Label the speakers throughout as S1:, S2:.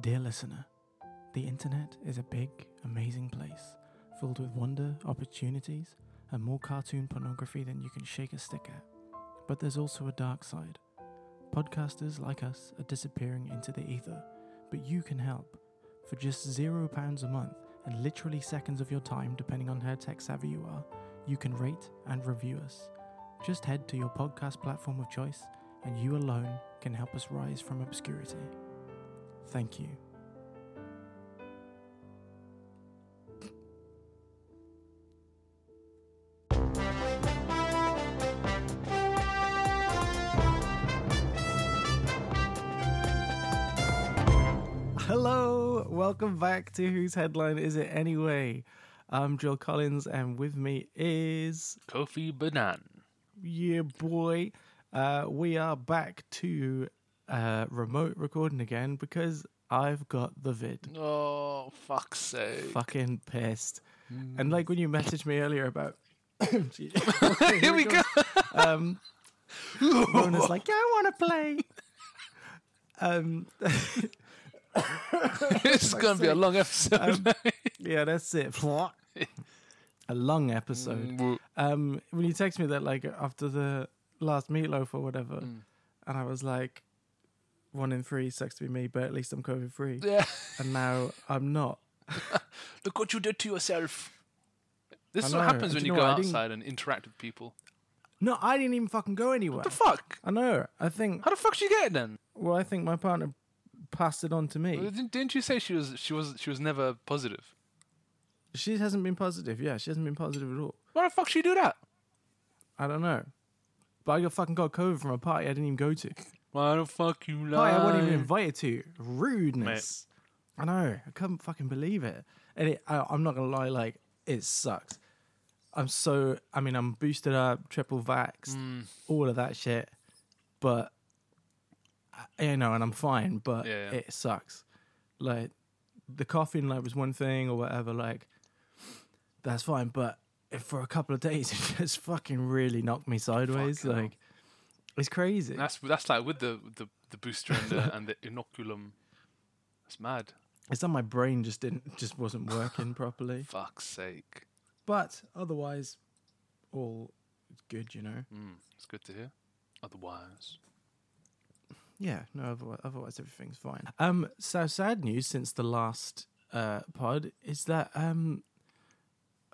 S1: Dear listener, the internet is a big, amazing place filled with wonder, opportunities, and more cartoon pornography than you can shake a stick at. But there's also a dark side. Podcasters like us are disappearing into the ether, but you can help. For just zero pounds a month and literally seconds of your time, depending on how tech savvy you are, you can rate and review us. Just head to your podcast platform of choice, and you alone can help us rise from obscurity. Thank you. Hello, welcome back to Whose Headline Is It Anyway? I'm Joel Collins, and with me is
S2: Kofi Banan.
S1: yeah, boy. Uh, we are back to uh, remote recording again because I've got the vid.
S2: Oh, fuck's sake.
S1: Fucking pissed. And like when you messaged me earlier about. Here
S2: Here
S1: Oh
S2: we go.
S1: Rona's like, yeah, I want to play. Um,
S2: this is going to be a long episode.
S1: Um, Yeah, that's it. A long
S2: Mm.
S1: episode. um, when you text me that like after the last meatloaf or whatever, and I was like, one in three sucks to be me, but at least I'm COVID free.
S2: yeah.
S1: And now I'm not.
S2: Look what you did to yourself. This
S1: I
S2: is what
S1: know.
S2: happens
S1: Do
S2: when
S1: you
S2: you
S1: know
S2: go
S1: what? I didn't-
S2: outside and interact with people.
S1: No, I didn't even fucking go anywhere.
S2: The fuck?
S1: I know. I think.
S2: How the fuck did you get it then?
S1: Well, I think my partner passed it on to me.
S2: Didn't, didn't you say she was she was she was never positive?
S1: She hasn't been positive. Yeah, she hasn't been positive at all.
S2: Why the fuck should you do that?
S1: I don't know. But I got fucking got COVID from a party I didn't even go to.
S2: Why the fuck you
S1: Party
S2: lie?
S1: I wasn't even invited to. Rudeness. I know. I couldn't fucking believe it. And it, I, I'm not gonna lie, like it sucks. I'm so. I mean, I'm boosted up, triple vaxxed,
S2: Mm.
S1: all of that shit. But I- you know, and I'm fine. But
S2: Yeah, yeah.
S1: it sucks. Like the coughing, like was one thing or whatever. Like that's fine. But if for a couple of days, it just fucking really knocked me sideways.
S2: Fucking hell.
S1: like it's crazy.
S2: That's that's like with the the, the booster and the, and the inoculum. That's mad.
S1: It's like my brain just didn't, just wasn't working properly.
S2: Fuck's sake.
S1: But otherwise, all good, you know.
S2: Mm, it's good to hear. Otherwise,
S1: Yeah, no, otherwise, otherwise everything's fine. Um, so sad news since the last uh pod is that um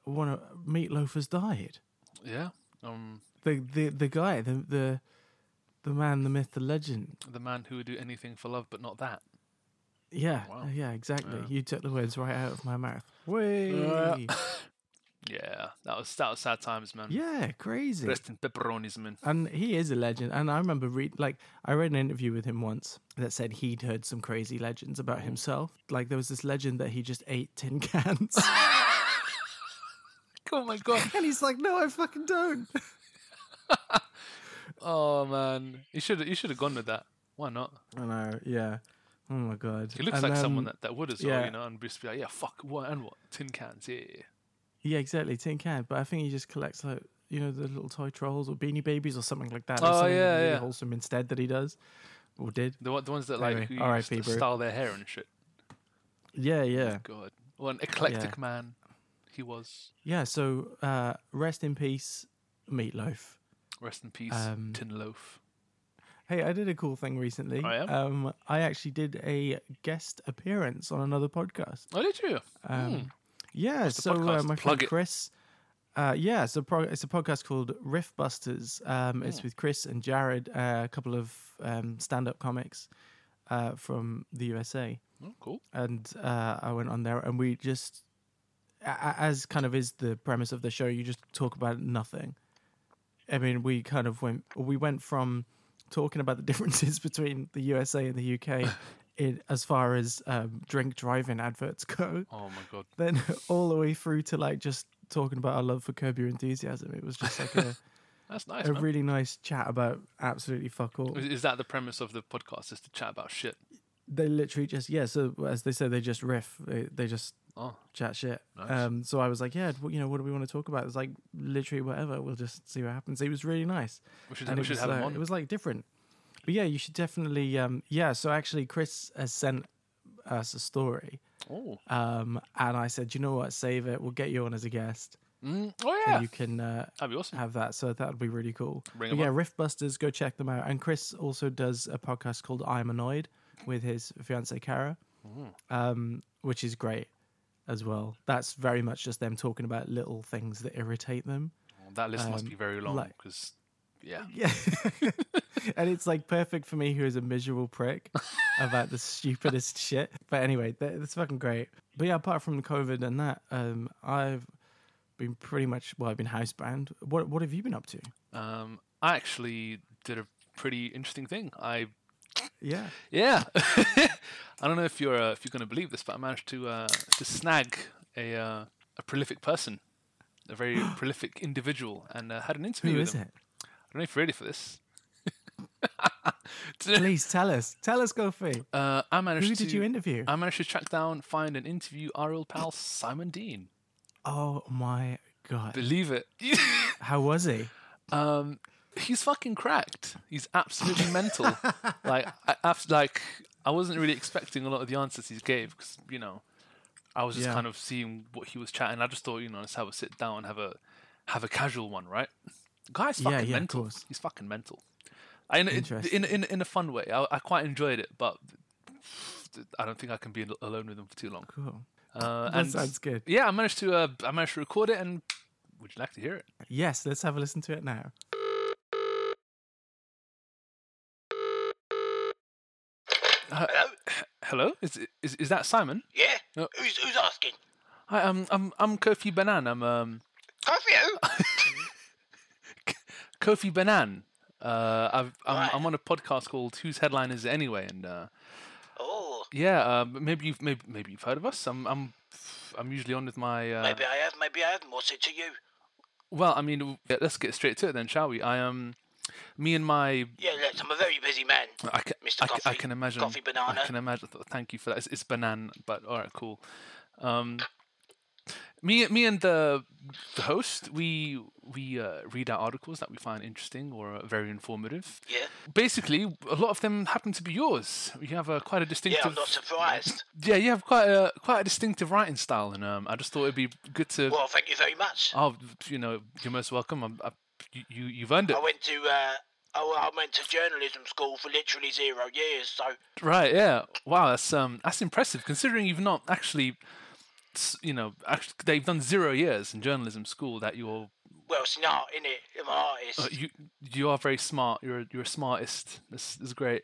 S1: one of Meatloaf has died.
S2: yeah. Um,
S1: The the the guy, the the the man, the myth, the legend.
S2: the man who would do anything for love, but not that.
S1: Yeah,
S2: Wow.
S1: yeah, exactly.
S2: Yeah.
S1: You took the words right out of my mouth. Way,
S2: Yeah, that was that was sad times, man.
S1: yeah, crazy.
S2: Rest in pepperonis, man.
S1: And he is a legend. And I remember read like I read an interview with him once that said he'd heard some crazy legends about himself. Like there was this legend that he just ate tin cans.
S2: Oh my god.
S1: and he's like, No, I fucking don't.
S2: Oh man, you should you should have gone with that. Why not?
S1: I know, yeah. Oh my god.
S2: He looks
S1: And,
S2: like
S1: um,
S2: someone that, that would as well,
S1: yeah.
S2: you know, and just be like, yeah, fuck, what and what tin cans, yeah.
S1: Yeah, exactly, tin can. But I think he just collects like you know, the little toy trolls or beanie babies or something like that. There's
S2: Oh,
S1: something
S2: yeah,
S1: really
S2: yeah.
S1: wholesome instead that he does. Or did.
S2: The one- the ones that like
S1: Anyway,
S2: who
S1: RIP,
S2: st-
S1: bro.
S2: style their hair and shit.
S1: Yeah, yeah.
S2: God, what an eclectic
S1: Yeah.
S2: man he was.
S1: Yeah, so uh rest in peace, meatloaf.
S2: Rest in peace,
S1: Um,
S2: Tin Loaf.
S1: Hey, I did a cool thing recently.
S2: Oh, yeah?
S1: Um, I actually did a guest appearance on another podcast.
S2: Oh, did you?
S1: Um, Yeah,
S2: the
S1: so uh,
S2: podcast?
S1: my
S2: Plug
S1: friend
S2: it.
S1: Chris. Uh, yeah, it's a pro- it's a podcast called Riff Busters. Um, It's
S2: Hmm.
S1: with Chris and Jared, uh, a couple of um, stand up comics uh, from the USA,
S2: Hmm. Oh, cool.
S1: and uh, I went on there and we just, a- a- as kind of is the premise of the show, you just talk about nothing. I mean, we kind of went we went from talking about the differences between the USA and the UK in as far as um, drink driving adverts go,
S2: Oh my god.
S1: then all the way through to like just talking about our love for Curb Your Enthusiasm. It was just like a,
S2: That's nice,
S1: a
S2: man.
S1: really nice chat about absolutely fuck all.
S2: Is- Is that the premise of the podcast? Is to chat about shit?
S1: They literally just yeah. So as they say, they just riff. They, they just
S2: Oh,
S1: chat shit.
S2: Nice.
S1: Um, so I was like, yeah, well, you know, what do we want to talk about? It's like literally whatever. We'll just see what happens. It was really nice.
S2: we should
S1: and
S2: we
S1: it
S2: should
S1: was,
S2: have
S1: uh,
S2: him on.
S1: It was like different. But yeah, you should definitely. Um, yeah, so actually, Chris has sent us a story.
S2: Oh.
S1: Um, and I said, you know what, save it. We'll get you on as a guest,
S2: Mm, oh
S1: and
S2: yeah.
S1: you can uh,
S2: That'd be awesome.
S1: have that. So that would be really cool.
S2: Bring
S1: But
S2: them
S1: yeah,
S2: up.
S1: Riftbusters, go check them out. And Chris also does a podcast called I'm Annoyed with his fiancee Kara, um, which is great as well. That's very much just them talking about little things that irritate them.
S2: Oh, that list must
S1: um,
S2: be very long
S1: like-
S2: because yeah.
S1: Yeah. and it's like perfect for me, who is a miserable prick about the stupidest shit. But anyway, th- that's fucking great. But yeah, apart from COVID and that, um, I've been pretty much, well, I've been housebound. What, what have you been up to?
S2: Um, I actually did a pretty interesting thing. I
S1: Yeah.
S2: yeah. I don't know if you're uh, if you're going to believe this, but I managed to uh, to snag a uh, a prolific person, a very prolific individual, and uh, had an interview
S1: Who
S2: with
S1: is
S2: him.
S1: it?
S2: I don't know if you're ready for this.
S1: Please tell us. Tell us, Gofi.
S2: Uh, I managed
S1: Who
S2: to
S1: did you interview?
S2: I managed to track down, find, and interview our old pal Simon Dean.
S1: oh my god.
S2: Believe it.
S1: How was he?
S2: um, he's fucking cracked. He's absolutely mental. Like, I, af- like I wasn't really expecting a lot of the answers he gave because you know, I was just
S1: Yeah.
S2: kind of seeing what he was chatting. I just thought, you know, let's have a sit down, have a have a casual one, right? Guy's
S1: Yeah,
S2: fucking
S1: yeah, of
S2: mental.
S1: course.
S2: He's fucking mental. I, in,
S1: Interesting.
S2: in, in in a fun way. I, I quite enjoyed it, but I don't think I can be al- alone with him for too long.
S1: Cool.
S2: Uh,
S1: That
S2: and
S1: sounds good.
S2: yeah, I managed to uh, I managed to record it, and would you like to hear it?
S1: Yes, let's have a listen to it now.
S2: Uh, hello, is, is is that Simon?
S3: Yeah?
S2: No.
S3: Who's who's asking?
S2: Hi, um, I'm I'm Kofi Banan. I'm um
S3: Coffee who?
S2: Kofi Banan. Uh, I've, I'm
S3: Right.
S2: I'm on a podcast called Whose Headline Is It Anyway? And uh,
S3: Oh,
S2: yeah, uh, maybe you've maybe, maybe you've heard of us. I'm I'm I'm usually on with my uh,
S3: maybe I have, maybe I haven't. What's it to you?
S2: well. I mean, w- yeah, let's get straight to it then, shall we? I um, me and my
S3: Yeah, look, I'm a very busy man.
S2: I can,
S3: Mr.
S2: I, ca- I
S3: Coffee.
S2: can imagine.
S3: Coffee banana.
S2: I can imagine. th- Thank you for that. It's, it's banana, but all right, cool. Um, me, me, and the the host, we we uh, read out articles that we find interesting or uh, very informative.
S3: Yeah?
S2: Basically, a lot of them happen to be yours. You have a quite a
S3: Yeah,
S2: distinctive.
S3: I'm not surprised.
S2: Yeah, you have quite a quite a distinctive writing style, and um, I just thought it'd be good to.
S3: Well, thank you very much.
S2: Oh, you know, you're most welcome. I'm, I, you- you you've earned it,
S3: I went to, uh, I, I went to journalism school for literally zero years, so
S2: right? Yeah. Wow, that's um, that's impressive considering you've not actually, s- you know, actually, they've done zero years in journalism school. That you're
S3: well, it's not in it. I'm an artist.
S2: uh, you you are very smart. You're a- you're a smartist. This is great,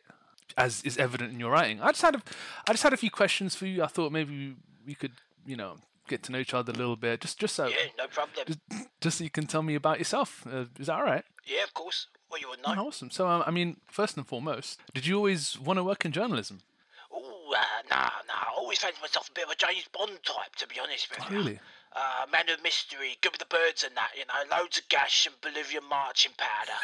S2: as is evident in your writing. I just had a, I just had a few questions for you. I thought maybe we could, you know, get to know each other a little bit, just just so
S3: yeah, no problem.
S2: just, just so you can tell me about yourself. Uh, is that all right?
S3: yeah, of course. Well, you would know.
S2: Oh, awesome. So, um, I mean, first and foremost, did you always want to work in journalism?
S3: Oh, uh, nah, nah. I always fancied myself a bit of a James Bond type, to be honest with you.
S2: Really?
S3: Uh, man of mystery, good with the birds and that, you know, loads of gash and Bolivian marching powder.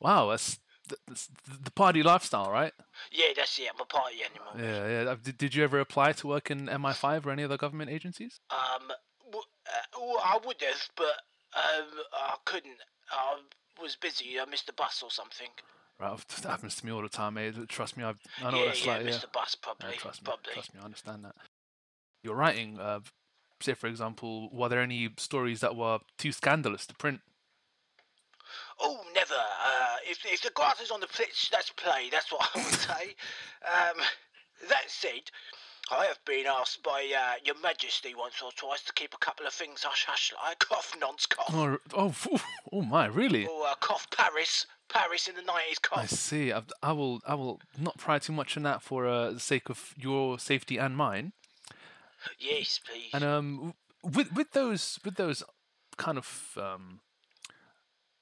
S2: Wow, that's, th- that's th- the party lifestyle, right?
S3: yeah, that's it. I'm a party animal.
S2: Yeah, yeah. Uh, Did, did you ever apply to work in MI5 or any other government agencies?
S3: Um, w- uh, well, I would have, but um, I couldn't. I was busy. I missed the bus or something.
S2: Right, I've- that happens to me all the time, mate. Trust me, I've, I know
S3: yeah,
S2: what that's
S3: yeah,
S2: like.
S3: missed the bus probably.
S2: No, trust me,
S3: probably.
S2: trust me, I understand that. Your writing, uh, say for example, were there any stories that were too scandalous to print?
S3: Oh, never. Uh, if if the grass is on the pitch, that's play. That's what I would say. um, that said, I have been asked by uh, Your Majesty once or twice to keep a couple of things hush hush, like cough, nonce cough,
S2: Oh, r- oh, phew, oh my, really?
S3: or uh, cough Paris, Paris in the nineties
S2: I
S3: cough.
S2: see. I've, I will. I will not pry too much on that for uh, the sake of your safety and mine.
S3: Yes, please.
S2: And um, w- with with those with those kind of um,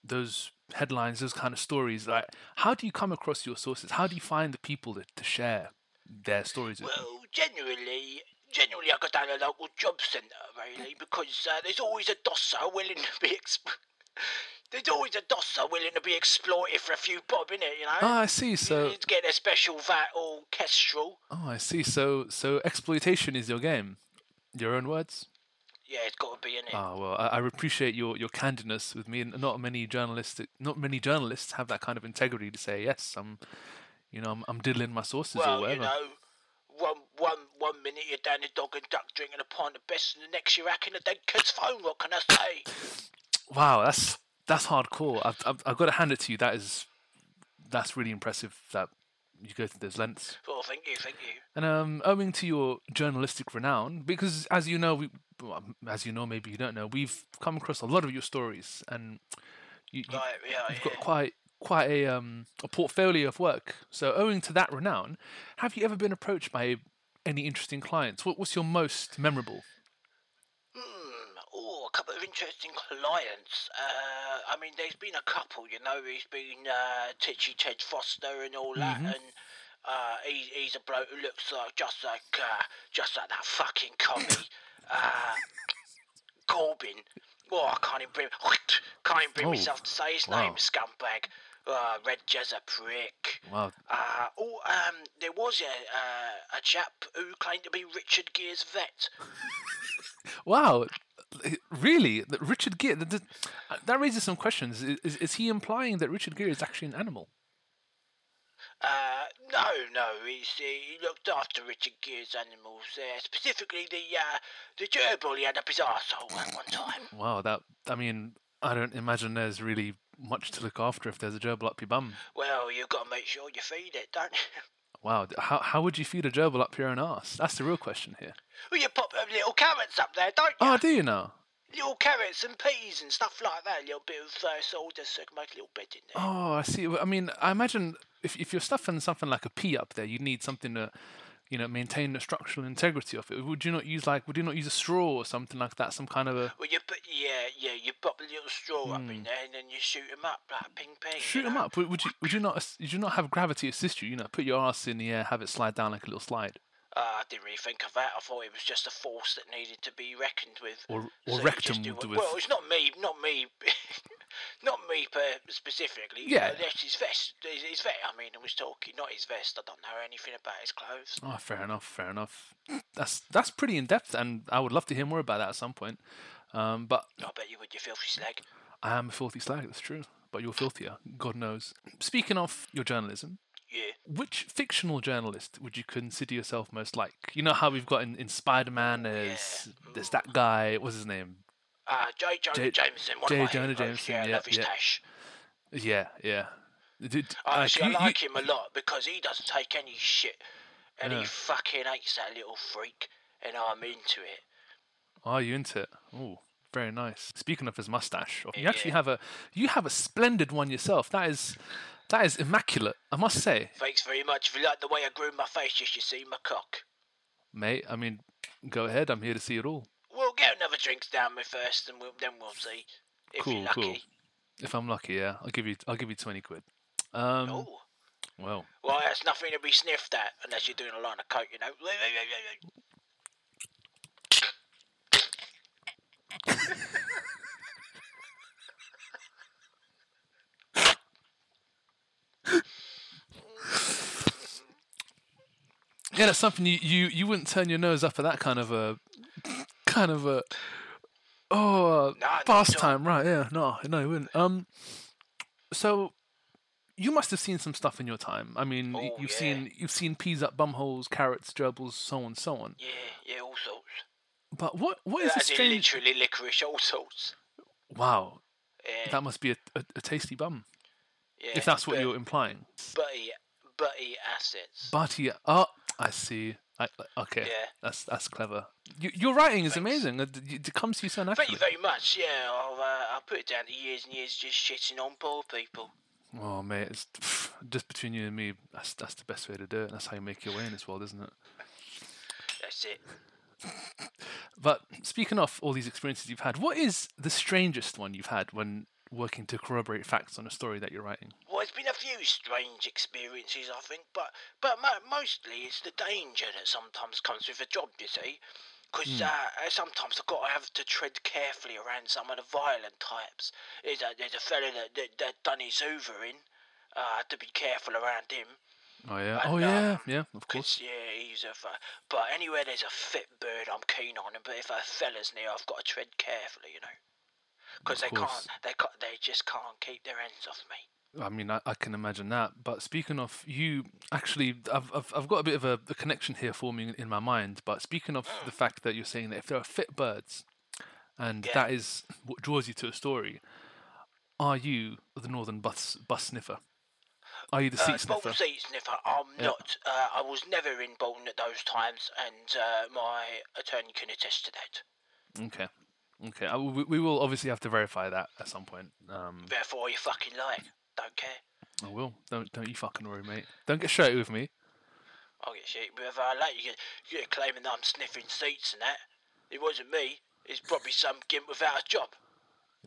S2: those headlines, those kind of stories, like how do you come across your sources? How do you find the people that, to share their stories with? you?
S3: Well, generally, generally I go down to a local job centre really because uh, there's always a dosser willing to be. Exp- there's always a dosser willing to be exploited for a few bob, innit? You know.
S2: Ah, I see.
S3: You
S2: So,
S3: need to get a special VAT or Kestrel.
S2: oh, I see. So, so exploitation is your game. Your own words.
S3: Yeah, it's got to be in it.
S2: Ah, well, I, I appreciate your, your candidness with me, and not many journalistic, not many journalists have that kind of integrity to say yes. I'm, you know, I'm, I'm diddling my sources or
S3: well,
S2: whatever.
S3: you know, one one one minute you're down the dog and duck drinking a pint of best, and the next you're hacking a dead kid's phone. What can I say?
S2: Wow, that's that's hardcore. I've, I've I've got to hand it to you. That is that's really impressive that you go through those lengths.
S3: Well, thank you, thank you.
S2: And um, owing to your journalistic renown, because as you know, we, well, as you know, maybe you don't know, we've come across a lot of your stories, and you, you,
S3: Right, yeah,
S2: you've
S3: yeah.
S2: got quite quite a um, a portfolio of work. So, owing to that renown, have you ever been approached by any interesting clients? What, what's your most memorable?
S3: Hmm. Oh, a couple of interesting clients. Uh, I mean, there's been a couple, you know. He's been uh, Titchy Ted Foster and all
S2: Mm-hmm.
S3: that, and uh, he, he's a bloke who looks like just like uh, just like that fucking commie, uh, Corbin. Oh, I can't even bring can't even bring
S2: Oh,
S3: myself to say his
S2: wow.
S3: name, scumbag. Uh, Red Jez a prick.
S2: Wow,
S3: Uh, oh, um, there was a uh, a chap who claimed to be Richard Gere's vet.
S2: wow, really, That Richard Gere. That, that- that raises some questions. Is, is, is he implying that Richard Gere is actually an animal?
S3: Uh, no, no, he's, he looked after Richard Gere's animals there, specifically the, uh, the gerbil he had up his arsehole at one time.
S2: Wow, that I mean, I don't imagine there's really much to look after if there's a gerbil up your bum.
S3: Well, you've got to make sure you feed it, don't you?
S2: Wow, d- how how would you feed a gerbil up your own ass? That's the real question here.
S3: Well, you pop them little carrots up there, don't you?
S2: Oh, do you know?
S3: little carrots and peas and stuff like that, a little bit of uh, sawdust so I can make a little bed in there.
S2: Oh, I see. Well, I mean, I imagine if if you're stuffing something like a pea up there, you need something to, you know, maintain the structural integrity of it. Would you not use like would you not use a straw or something like that? Some kind of a
S3: Well, you put, yeah, yeah, you pop a little straw up in there and then you shoot 'em up, like ping ping. you
S2: Hmm. shoot 'em
S3: know?
S2: up. Would would you would you not ass- would you not have gravity assist you? You know, put your ass in the air, have it slide down like a little slide,
S3: Uh, I didn't really think of that. I thought it was just a force that needed to be reckoned with.
S2: or or
S3: So you just
S2: rectum
S3: do
S2: would
S3: what-
S2: do with.
S3: Well, it's not me, not me, not me per, specifically. you
S2: Yeah.
S3: know, that's his vest. His, his vest. I mean, I was talking, not his vest. I don't know anything about his clothes.
S2: Oh, fair enough, fair enough. That's that's pretty in depth, and I would love to hear more about that at some point. Um, but
S3: I bet you would, you filthy slag.
S2: I am a filthy slag. That's true. But you're filthier, God knows. Speaking of your journalism,
S3: Yeah.
S2: which fictional journalist would you consider yourself most like? You know how we've got in, in Spider Man, there's, there's that guy, what's his name?
S3: Uh, J. Jonah
S2: J-
S3: Jameson. One
S2: J.
S3: of my
S2: Jonah
S3: heroes.
S2: Jameson,
S3: Oh, Yeah, I
S2: yeah,
S3: love his
S2: yeah.
S3: tash.
S2: Yeah, yeah. Did- uh,
S3: Honestly,
S2: you-
S3: I
S2: you-
S3: like him a lot because he doesn't take any shit, and he
S2: Yeah.
S3: fucking hates that little freak, and I'm into it.
S2: Oh, you into it? Oh, very nice. Speaking of his mustache, oh, you actually have a you have a splendid one yourself. That is that is immaculate, I must say,
S3: Thanks very much. If you like the way I grew my face, you should see my cock.
S2: mate. I mean, go ahead. I'm here to see it all.
S3: We'll get another drinks down me first, and we'll, then we'll see. If
S2: Cool,
S3: you're lucky.
S2: cool. If I'm lucky, yeah, I'll give you I'll give you twenty quid. Um,
S3: Oh,
S2: well,
S3: well, that's nothing to be sniffed at unless you're doing a line of coke, you know.
S2: yeah, that's something you, you you wouldn't turn your nose up at that kind of a kind of a oh
S3: Nah, not at all.
S2: pastime, right? Yeah, no, no, you wouldn't. Um, so you must have seen some stuff in your time. I mean, y-
S3: Oh,
S2: you've
S3: yeah.
S2: seen you've seen peas up bumholes, carrots, gerbils, so on, so on.
S3: Yeah, yeah, all sorts.
S2: But what what is
S3: That's
S2: this
S3: it,
S2: strange?
S3: literally licorice, all sorts.
S2: Wow,
S3: Yeah,
S2: that must be a, a, a tasty bum,
S3: yeah.
S2: if that's what
S3: but-
S2: you're implying.
S3: Butty, butty assets.
S2: Butty. Oh, I see. I, okay,
S3: Yeah.
S2: that's that's clever. You, your writing is amazing. It, it comes to you so
S3: Thank
S2: naturally.
S3: you very much. Yeah, I'll, uh, I'll put it down to years and years just shitting on poor people.
S2: Oh mate, it's just between you and me. That's that's the best way to do it. That's how you make your way in this world, isn't it?
S3: That's it.
S2: But speaking of all these experiences you've had, what is the strangest one you've had when working to corroborate facts on a story that you're writing?
S3: Well, it's been a few strange experiences, I think, but but mo- mostly it's the danger that sometimes comes with a job, you see. 'Cause
S2: Hmm.
S3: uh, uh, sometimes I've got to have to tread carefully around some of the violent types. There's a, there's a fella that, that, that done his hoovering, uh, to be careful around him.
S2: Oh yeah.
S3: I
S2: Oh
S3: know.
S2: yeah. Yeah. Of course.
S3: 'Cause, yeah, he's a. F- but anywhere there's a fit bird, I'm keen on him. But if a fella's near, I've got to tread carefully, you know. 'Cause
S2: Of
S3: they
S2: course.
S3: can't, they can't, they just can't keep their hands off me.
S2: I mean, I, I can imagine that. But speaking of you, actually, I've I've, I've got a bit of a, a connection here forming in my mind. But speaking of the fact that you're saying that if there are fit birds, and
S3: Yeah.
S2: that is what draws you to a story, are you the northern bus bus sniffer? Are you the seat
S3: Uh,
S2: sniffer?
S3: Bolton seat sniffer. I'm
S2: Yeah.
S3: not. Uh, I was never in Bolton at those times, and uh, my attorney can attest to that.
S2: Okay, okay. I, we, we will obviously have to verify that at some point. Um,
S3: Therefore, you fucking lying. Don't care.
S2: I will. Don't don't you fucking worry, mate. Don't get straight with me.
S3: I'll get shit. But if I let you, you're claiming that I'm sniffing seats and that. It wasn't me. It's probably some gimp without a job.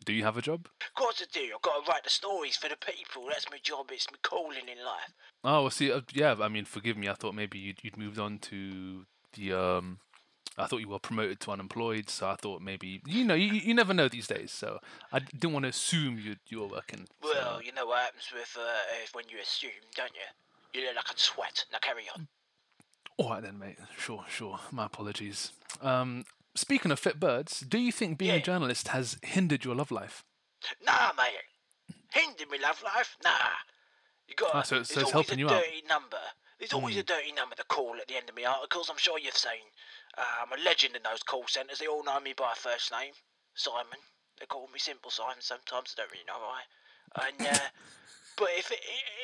S2: Do you have a job?
S3: Of course I do. I've got to write the stories for the people. That's my job. It's my calling in life.
S2: Oh, well, see, uh, yeah. I mean, forgive me. I thought maybe you'd, you'd moved on to the. um I thought you were promoted to unemployed, so I thought maybe you know you, you you never know these days. So I d- didn't want to assume you you were working. so-
S3: Well, you know what happens with uh, if- when you assume, don't you? You look like a twat. Now carry on.
S2: all right then, mate. Sure, sure. My apologies. Um, speaking of fit birds, do you think being a
S3: Yeah.
S2: journalist has hindered your love life?
S3: Nah, mate. Hinder me love life? Nah. You got.
S2: Ah, so it's- so
S3: there's
S2: it's
S3: always
S2: helping
S3: a
S2: you out. Hmm.
S3: dirty number. There's always a dirty number to call at the end of my articles. I'm sure you've seen. Uh, I'm a legend in those call centres. They all know me by first name, Simon. They call me Simple Simon. Sometimes I don't really know why. And uh, but if it,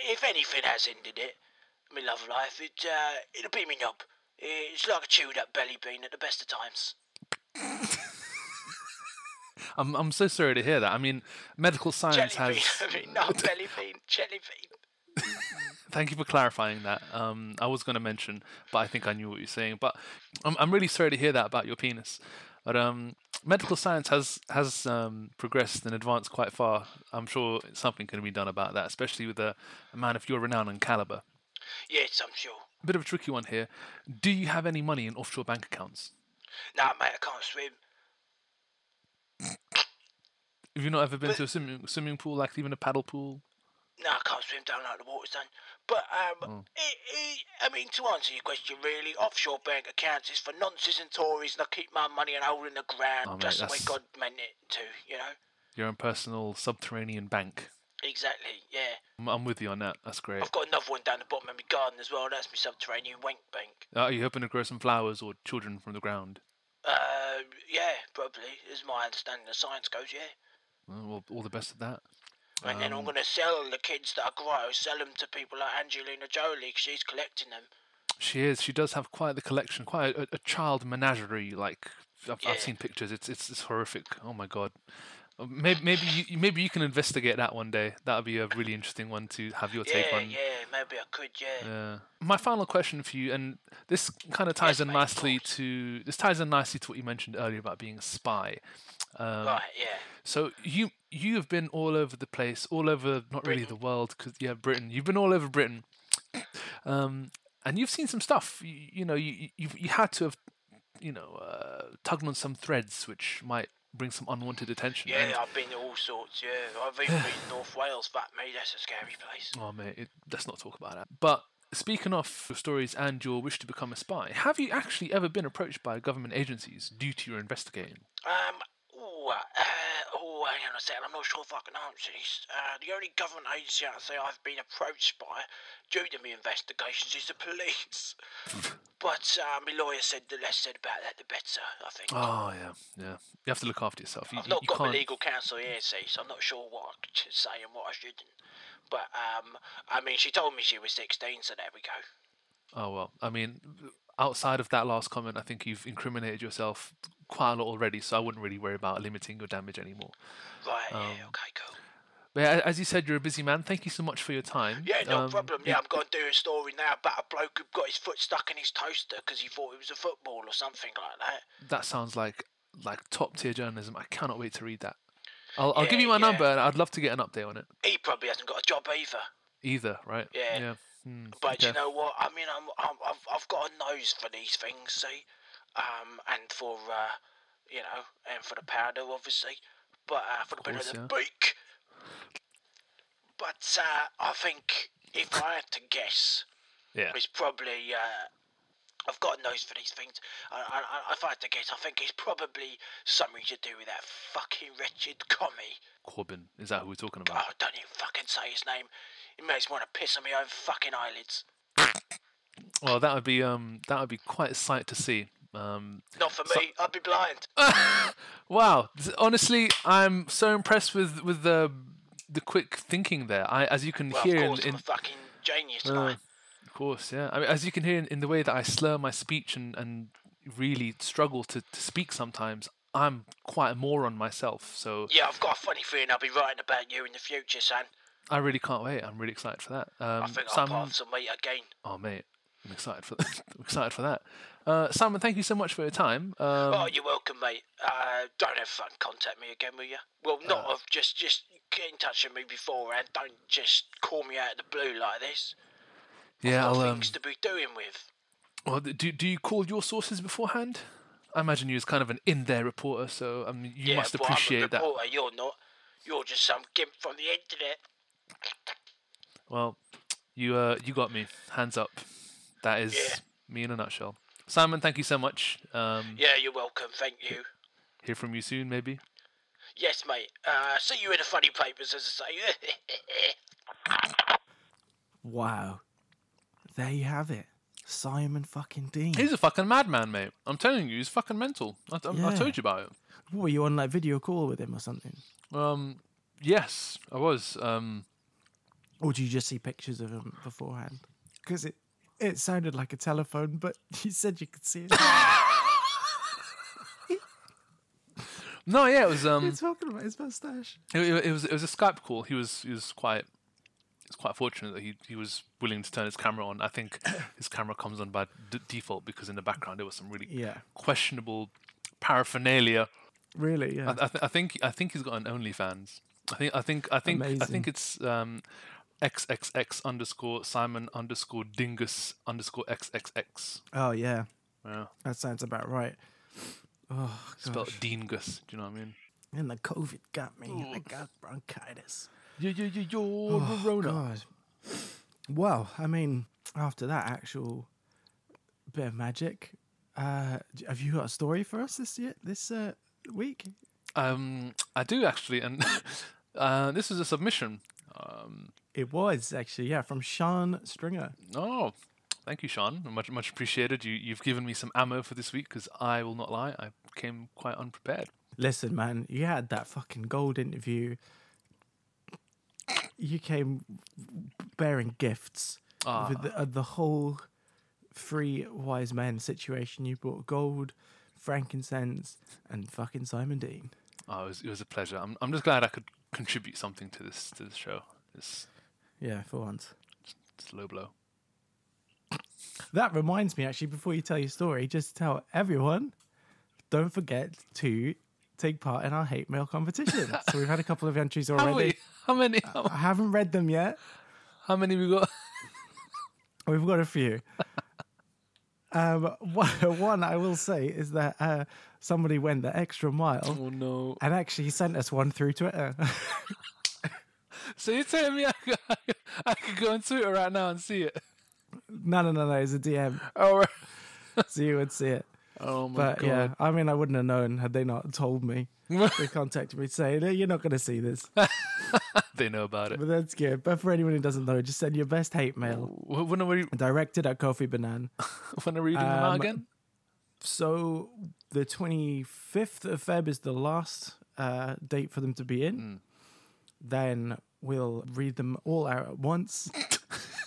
S3: if anything has hindered it, my love life, it uh, it'll be me knob. It's like a chewed up belly bean at the best of times.
S2: I'm I'm so sorry to hear that. I mean, medical science
S3: Jelly bean.
S2: has.
S3: I mean, not belly bean. Jelly bean.
S2: Thank you for clarifying that. Um, I was going to mention, but I think I knew what you were saying. But I'm, I'm really sorry to hear that about your penis. But um, medical science has has um, progressed and advanced quite far. I'm sure something can be done about that, especially with a, a man of your renown and caliber.
S3: Yes, I'm sure.
S2: A bit of a tricky one here. Do you have any money in offshore bank accounts?
S3: Nah, mate, I can't swim.
S2: Have you not ever been
S3: But-
S2: to a swimming swimming pool, like even a paddle pool?
S3: No, I can't swim down like the water's done. But
S2: Hmm.
S3: um, it, it, I mean, to answer your question, really, offshore bank accounts is for nonsense and Tories, and I keep my money in a hole in the ground,
S2: Oh, mate,
S3: just
S2: that's-
S3: the way God meant it to, you know.
S2: Your own personal subterranean bank.
S3: Exactly, yeah.
S2: I'm, I'm with you on that. That's great.
S3: I've got another one down the bottom of my garden as well. That's my subterranean wank bank.
S2: Uh, are you hoping to grow some flowers or children from the ground?
S3: Uh, yeah, probably. Is my understanding of science goes, yeah.
S2: Uh, Well, all the best of that.
S3: And then
S2: Um.
S3: I'm gonna sell the kids that I grow, sell them to people like Angelina Jolie, 'cause she's collecting them.
S2: She is. She does have quite the collection, quite a, a child menagerie. Like I've,
S3: Yeah.
S2: I've seen pictures. It's it's it's horrific. Oh my god. Maybe maybe you maybe you can investigate that one day. That would be a really interesting one to have your take
S3: yeah,
S2: on.
S3: yeah, maybe I could, yeah.
S2: Yeah. My final question for you, and this kind of ties
S3: Yes,
S2: in
S3: mate, of
S2: nicely to this ties in nicely to what you mentioned earlier about being a spy.
S3: Right, yeah.
S2: So you you have been all over the place, all over not really the world, because yeah, Britain. You've been all over Britain, um, and you've seen some stuff. You, you know, you you you had to have, you know, uh, tugged on some threads which might bring some unwanted attention.
S3: Yeah,
S2: and-
S3: I've been to all sorts. Yeah, I've even been to North Wales. That me, that's a scary place.
S2: Oh mate, it, let's not talk about that. But speaking of your stories and your wish to become a spy, have you actually ever been approached by government agencies due to your investigating?
S3: Um, ooh, uh, oh, hang on a second. I'm not sure if I can answer this. Uh, the only government agency I'd say I've been approached by due to my investigations is the police. but uh, my lawyer said the less said about that, the better. I think.
S2: Oh yeah, yeah. You have to look after yourself. You,
S3: I've
S2: you-
S3: not
S2: you
S3: got
S2: can't...
S3: my legal counsel here, see, so I'm not sure what I should say and what I shouldn't. But um, I mean, she told me she was 16, so there we go.
S2: Oh well, I mean, outside of that last comment, I think you've incriminated yourself quite a lot already, so I wouldn't really worry about limiting your damage anymore.
S3: Right, yeah,
S2: Oh.
S3: okay, cool.
S2: But yeah, as you said, you're a busy man. Thank you so much for your time.
S3: Yeah, no
S2: Um,
S3: problem. Yeah, I'm going to do a story now about a bloke who got his foot stuck in his toaster because he thought it was a football or something like that.
S2: That sounds like like top tier journalism. I cannot wait to read that. I'll, I'll give
S3: Yeah,
S2: you my
S3: yeah.
S2: number, and I'd love to get an update on it.
S3: He probably hasn't got a job either.
S2: Either, right?
S3: Yeah.
S2: Yeah. Hmm,
S3: But
S2: okay.
S3: you know what? I mean, I'm, I'm I've I've got a nose for these things, see, um, and for uh, you know, and for the powder, obviously, but uh, for the bit
S2: course,
S3: of the
S2: yeah.
S3: beak. But uh, I think if I had to guess,
S2: yeah.
S3: it's probably uh, a I've got a nose for these things. And, and, and if I had to guess, I think it's probably something to do with that fucking wretched commie.
S2: Corbin, is that who we're talking about?
S3: Oh, don't even fucking say his name. It makes me want to piss on my own fucking eyelids.
S2: Well, that would be um, that would be quite a sight to see. Um,
S3: Not for me. I'd be blind.
S2: wow, Th- honestly, I'm so impressed with with the the quick thinking there. I, as you can
S3: Well,
S2: hear,
S3: of
S2: in-
S3: course,
S2: in,
S3: I'm a fucking genius.
S2: Uh,
S3: I-
S2: of course, yeah. I mean, as you can hear in, in the way that I slur my speech and, and really struggle to, to speak sometimes, I'm quite a moron myself. So
S3: Yeah, I've got a funny feeling I'll be writing about you in the future, son.
S2: I really can't wait. I'm really excited for that. Um,
S3: I think our
S2: Simon,
S3: paths will meet again.
S2: oh mate, I'm excited for I'm excited for that. Uh, Simon, thank you so much for your time. Um,
S3: oh, you're welcome, mate. Uh, don't have fun. Contact me again, will you? Well, not
S2: uh,
S3: of just just get in touch with me beforehand. Don't just call me out of the blue like this.
S2: yeah,
S3: Got
S2: I'll, um,
S3: things to be doing with.
S2: well, do do you call your sources beforehand? I imagine you as kind of an in there reporter, so um, you
S3: yeah,
S2: must
S3: but I'm a
S2: appreciate that.
S3: reporter. You're not. You're just some gimp from the internet.
S2: Well, you uh, you got me. Hands up. That is
S3: Yeah.
S2: me in a nutshell. Simon, thank you so much. Um,
S3: Yeah, you're welcome. Thank you.
S2: Hear from you soon, maybe.
S3: Yes, mate. Uh, see you in the funny papers, as I say.
S1: Wow. There you have it. Simon fucking Dean.
S2: He's a fucking madman, mate. I'm telling you, he's fucking mental. I, I, I
S1: Yeah.
S2: told you about it.
S1: What, were you on like video call with him or something?
S2: Um, yes, I was. Um,
S1: Or do you just see pictures of him beforehand? Because it, it sounded like a telephone, but you said you could see it. what
S2: no, yeah, it was.
S1: are you
S2: Um,
S1: talking about? His mustache.
S2: it, it- it was it was a Skype call. He was he was quite. It's quite fortunate that he, he was willing to turn his camera on. I think his camera comes on by d- default because in the background there was some really
S1: Yeah.
S2: questionable paraphernalia.
S1: Really? Yeah.
S2: I, I, th- I think I think he's got an OnlyFans. I think I think I think I
S1: Amazing.
S2: think it's um, xxx underscore Simon underscore Dingus underscore xxx.
S1: oh, yeah.
S2: Yeah,
S1: That sounds about right. Oh,
S2: spelled
S1: gosh.
S2: Dingus. Do you know what I mean?
S1: And the COVID got me. I
S2: Mm.
S1: got bronchitis.
S2: Yo yo yo yo, Rona.
S1: God. Well, I mean, after that actual bit of magic, uh, d- have you got a story for us this year, this uh, week?
S2: Um, I do actually, and uh, this is a submission.
S1: It was actually, yeah, from Sean Stringer.
S2: Oh, thank you, Sean. Much much appreciated. You you've given me some ammo for this week because I will not lie, I came quite unprepared.
S1: Listen, man, you had that fucking gold interview. You came bearing gifts with the, uh, the whole three wise men situation. You brought gold, frankincense, and fucking Simon Dean.
S2: Oh, it was, it was a pleasure. I'm I'm just glad I could contribute something to this to this show. It's
S1: Yeah, for once.
S2: it's low blow.
S1: That reminds me, actually, before you tell your story, just tell everyone don't forget to take part in our hate mail competition. so we've had a couple of entries
S2: How,
S1: already.
S2: how many? How,
S1: I haven't read them yet.
S2: how many we got?
S1: We've got a few. um, one, one I will say is that uh, somebody went the extra mile
S2: Oh no!
S1: and actually sent us one through Twitter.
S2: So you're telling me I could, I could- I could go on Twitter right now and see it?
S1: no, no, no, no. It's a DM,
S2: Oh, right.
S1: so you would see it.
S2: oh my
S1: But
S2: god!
S1: yeah, I mean, I wouldn't have known had they not told me. They contacted me saying, "You're not going to see this."
S2: they know about it.
S1: But that's good. But for anyone who doesn't know, just send your best hate mail
S2: Wh- When are we?
S1: directed at Kofi Banan.
S2: When are we doing them out
S1: Um,
S2: again?
S1: So the 25th of Feb is the last uh, date for them to be in.
S2: Hmm.
S1: Then we'll read them all out at once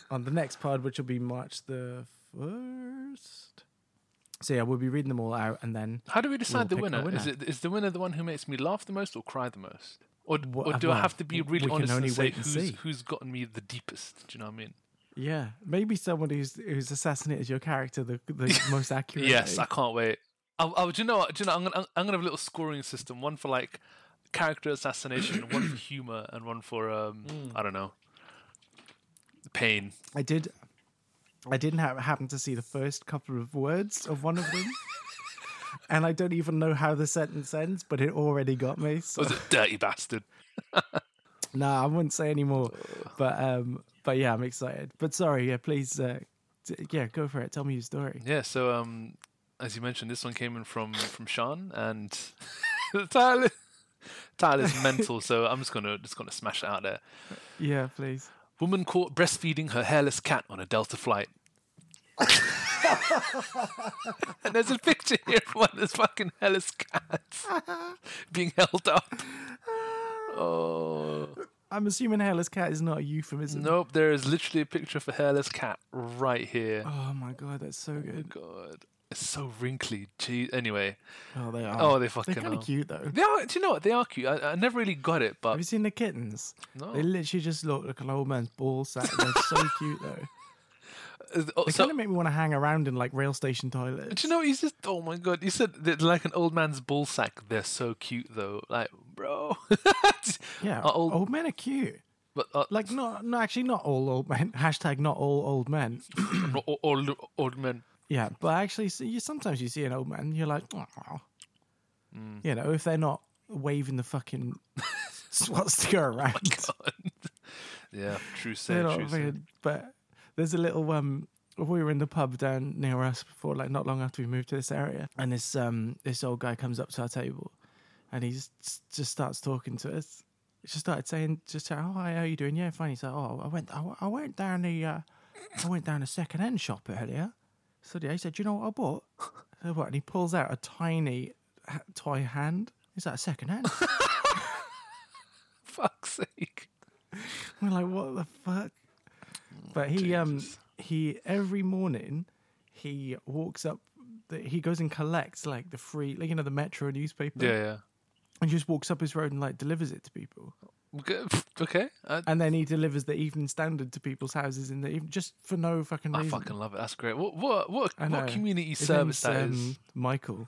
S1: on the next pod, which will be March the 1st. So yeah, we'll be reading them all out and then
S2: How do we decide the
S1: pick a
S2: winner? Is
S1: winner.
S2: it is the winner the one who makes me laugh the most or cry the most? Or, d-
S1: Wha-
S2: or do I
S1: well,
S2: have to be
S1: w-
S2: really
S1: we can
S2: honest
S1: only
S2: and say
S1: wait and
S2: who's
S1: see.
S2: who's gotten me the deepest? Do you know what I mean?
S1: yeah, maybe someone who's who's assassinated your character the the most accurate.
S2: Yes, I can't wait. I, I, do you know? what- Do you know? I'm gonna, I'm gonna have a little scoring system. One for like character assassination, one for humor, and one for um, I don't know, pain.
S1: I did. I didn't ha- happen to see the first couple of words of one of them, and I don't even know how the sentence ends, but it already got me. So
S2: Was it dirty bastard?
S1: nah, I wouldn't say any more. But um, but yeah, I'm excited. But sorry, yeah, please uh, D- Yeah, go for it. Tell me your story.
S2: Yeah, so um, as you mentioned, this one came in from from Sean and Tyler. Tyler's mental, so I'm just gonna just gonna smash it out there.
S1: Yeah, please.
S2: Woman caught breastfeeding her hairless cat on a Delta flight. and there's a picture here of one of those fucking hairless cats
S1: Uh-huh.
S2: being held up. Oh
S1: I'm assuming hairless cat is not a euphemism.
S2: nope! There is literally a picture of a hairless cat right here.
S1: Oh my god, that's so good.
S2: God, it's so wrinkly. Gee, anyway,
S1: Oh, they are.
S2: Oh, they fucking
S1: They're kind
S2: are.
S1: of cute though.
S2: they are. Do you know what? They are cute. I, I never really got it,
S1: Have
S2: but
S1: you seen the kittens?
S2: No.
S1: They literally just look like an old man's ball sack. They're so cute though.
S2: oh,
S1: They
S2: so,
S1: kind of make me want to hang around in like rail station toilets.
S2: do you know what? You said, oh my god, you said that like an old man's ball sack. They're so cute though. Like, bro.
S1: Yeah,
S2: Are old-
S1: old, men are cute.
S2: but uh,
S1: Like, not, no, actually, not all old men. Hashtag not all old men.
S2: not all- old old men.
S1: Yeah, but actually, so you sometimes you see an old man, you're like, "Aw."
S2: Mm.
S1: you know, if they're not waving the fucking swastika
S2: Oh
S1: around,
S2: Yeah, true say.
S1: they're not
S2: True say.
S1: fucking- But there's a little um. We were in the pub down near us before, like not long after we moved to this area, and this um this old guy comes up to our table, and he just, just starts talking to us. He just started saying, just saying, "Oh, hi, how you doing? Yeah, fine." He's like, "Oh, I went, I, I went down the, uh, I went down a second hand shop earlier." So yeah, he said, "Do you know what I bought?" I said, what? And he pulls out a tiny ha- toy hand. Is that a second hand?
S2: Fuck's sake.
S1: We're like, what the fuck? But he um he every morning he walks up. The, he goes and collects like the free, like you know, the Metro newspaper,
S2: Yeah, yeah.
S1: and just walks up his road and like delivers it to people.
S2: Okay. okay. I,
S1: And then he delivers the Evening Standard to people's houses in the evening, just for no fucking
S2: I
S1: reason.
S2: fucking love it. That's great. What what what,
S1: I
S2: what
S1: know.
S2: community
S1: His
S2: service
S1: name's,
S2: that is?
S1: um, Michael.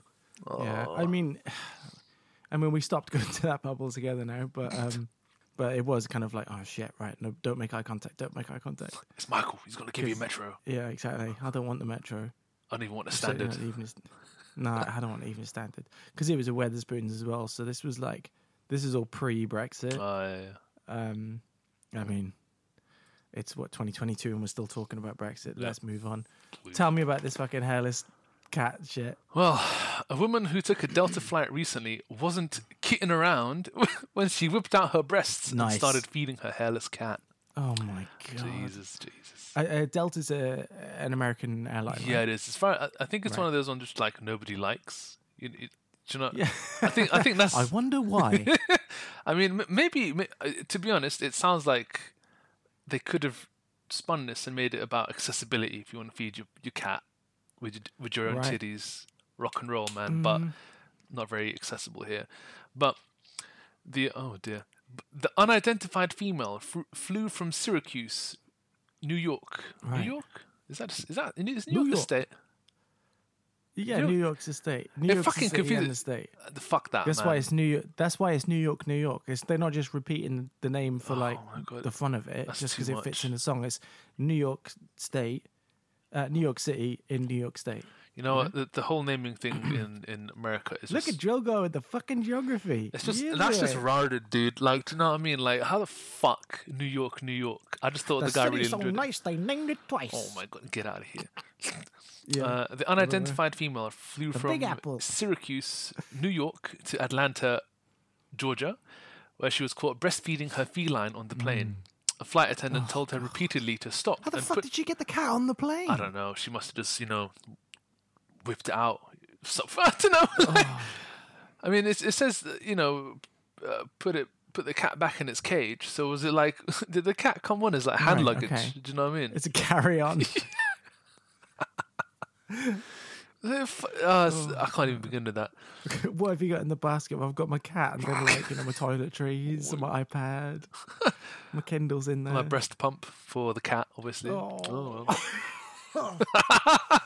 S1: Yeah, I mean, I mean, we stopped going to that bubble together now, but um, but it was kind of like, oh shit, right? No, don't make eye contact. Don't make eye contact.
S2: It's Michael. He's gonna give you a metro.
S1: Yeah, exactly. I don't want the metro.
S2: I don't even want a
S1: Certainly
S2: standard.
S1: not even st- no, I don't want even standard because it was a Weatherspoons as well. So this was like this is all pre-Brexit.
S2: I-
S1: Um, I mean, it's what 2022, and we're still talking about Brexit. Let's move on. Tell me about this fucking hairless cat shit.
S2: Well, a woman who took a Delta flight recently wasn't kidding around when she whipped out her breasts
S1: Nice.
S2: and started feeding her hairless cat.
S1: Oh my god!
S2: Jesus, Jesus.
S1: Uh, uh, Delta's a, an American airline.
S2: Yeah, it is. It's far, I, I think it's one of those ones just like nobody likes. You, you, do you know? I think I think that's.
S1: I wonder why.
S2: I mean, m- maybe m- uh, to be honest, it sounds like they could have spun this and made it about accessibility. If you want to feed your, your cat with your, with your own
S1: Right. Mm.
S2: titties, rock and roll, man. But not very accessible here. But the oh dear, B- the unidentified female fr- flew from Syracuse, New York.
S1: Right.
S2: New York is that is that is New,
S1: New
S2: York a
S1: York.
S2: state?
S1: yeah,
S2: New-
S1: New York's a state. New
S2: It
S1: York's
S2: fucking
S1: a city
S2: confuses-
S1: and a state.
S2: Uh, The fuck that.
S1: That's
S2: man.
S1: why it's New York. That's why it's New York, New York. It's they're not just repeating the name for like
S2: Oh, my God.
S1: the fun of it,
S2: That's
S1: just
S2: too
S1: because it fits
S2: much.
S1: in the song. It's New York State, uh, New York City in New York State.
S2: you know what, the, the whole naming thing in in America is
S1: Look
S2: just,
S1: at Drogo with the fucking geography.
S2: It's just that's just retarded, dude. Like, do you know what I mean? Like, how the fuck New York, New York? I just thought the, guy really
S1: so
S2: enjoyed. it.
S1: nice. They named it twice.
S2: Oh my god, get out of here!
S1: Yeah.
S2: Uh, the unidentified female flew
S1: Big
S2: from
S1: Apple.
S2: Syracuse, New York, to Atlanta, Georgia, where she was caught breastfeeding her feline on the plane. A flight attendant told her repeatedly to stop
S1: Mm. Oh, How the
S2: and
S1: fuck
S2: put.
S1: did you get the cat on the plane?
S2: I don't know. She must have just, you know, whipped it out. So, I don't know. Like,
S1: Oh.
S2: I mean, it, it says that, you know, uh, put it put the cat back in its cage. So was it like did the cat come on as like hand
S1: Right,
S2: luggage?
S1: okay.
S2: Do you know what I mean?
S1: It's a carry on.
S2: Uh, f- uh,
S1: Oh.
S2: s- I can't even begin to that.
S1: what have you got in the basket? Well, I've got my cat and then like you know my toiletries, and my iPad, my Kindle's in there.
S2: My breast pump for the cat, obviously.
S1: Oh.
S2: Oh, well. that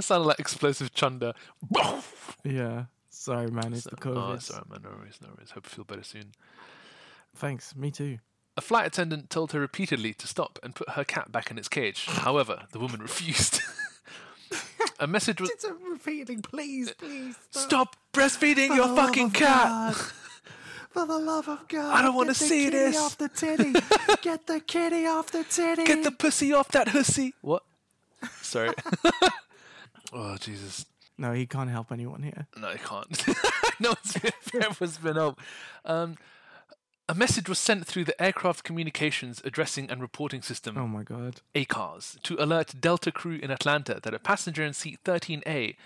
S2: sounded like explosive chunder. oh,
S1: yeah. Sorry, man. It's the COVID.
S2: sorry, man. No worries, no worries. Hope you feel better soon.
S1: Thanks. Me too.
S2: A flight attendant told her repeatedly to stop and put her cat back in its cage. However, the woman refused. a message was
S1: It's a repeating, please, please.
S2: Stop breastfeeding your
S1: love
S2: Oh, fucking
S1: of
S2: cat!
S1: For the love of God.
S2: I don't wanna
S1: get the
S2: see
S1: kitty
S2: this.
S1: Off the titty. get the kitty off the titty.
S2: Get the pussy off that hussy! What? Sorry. oh Jesus.
S1: No, he can't help anyone here.
S2: No, I can't. no one's been, everyone's been up. Um, a message was sent through the Aircraft Communications Addressing and Reporting System,
S1: Oh my god.
S2: ACARS, to alert Delta crew in Atlanta that a passenger in seat 13A,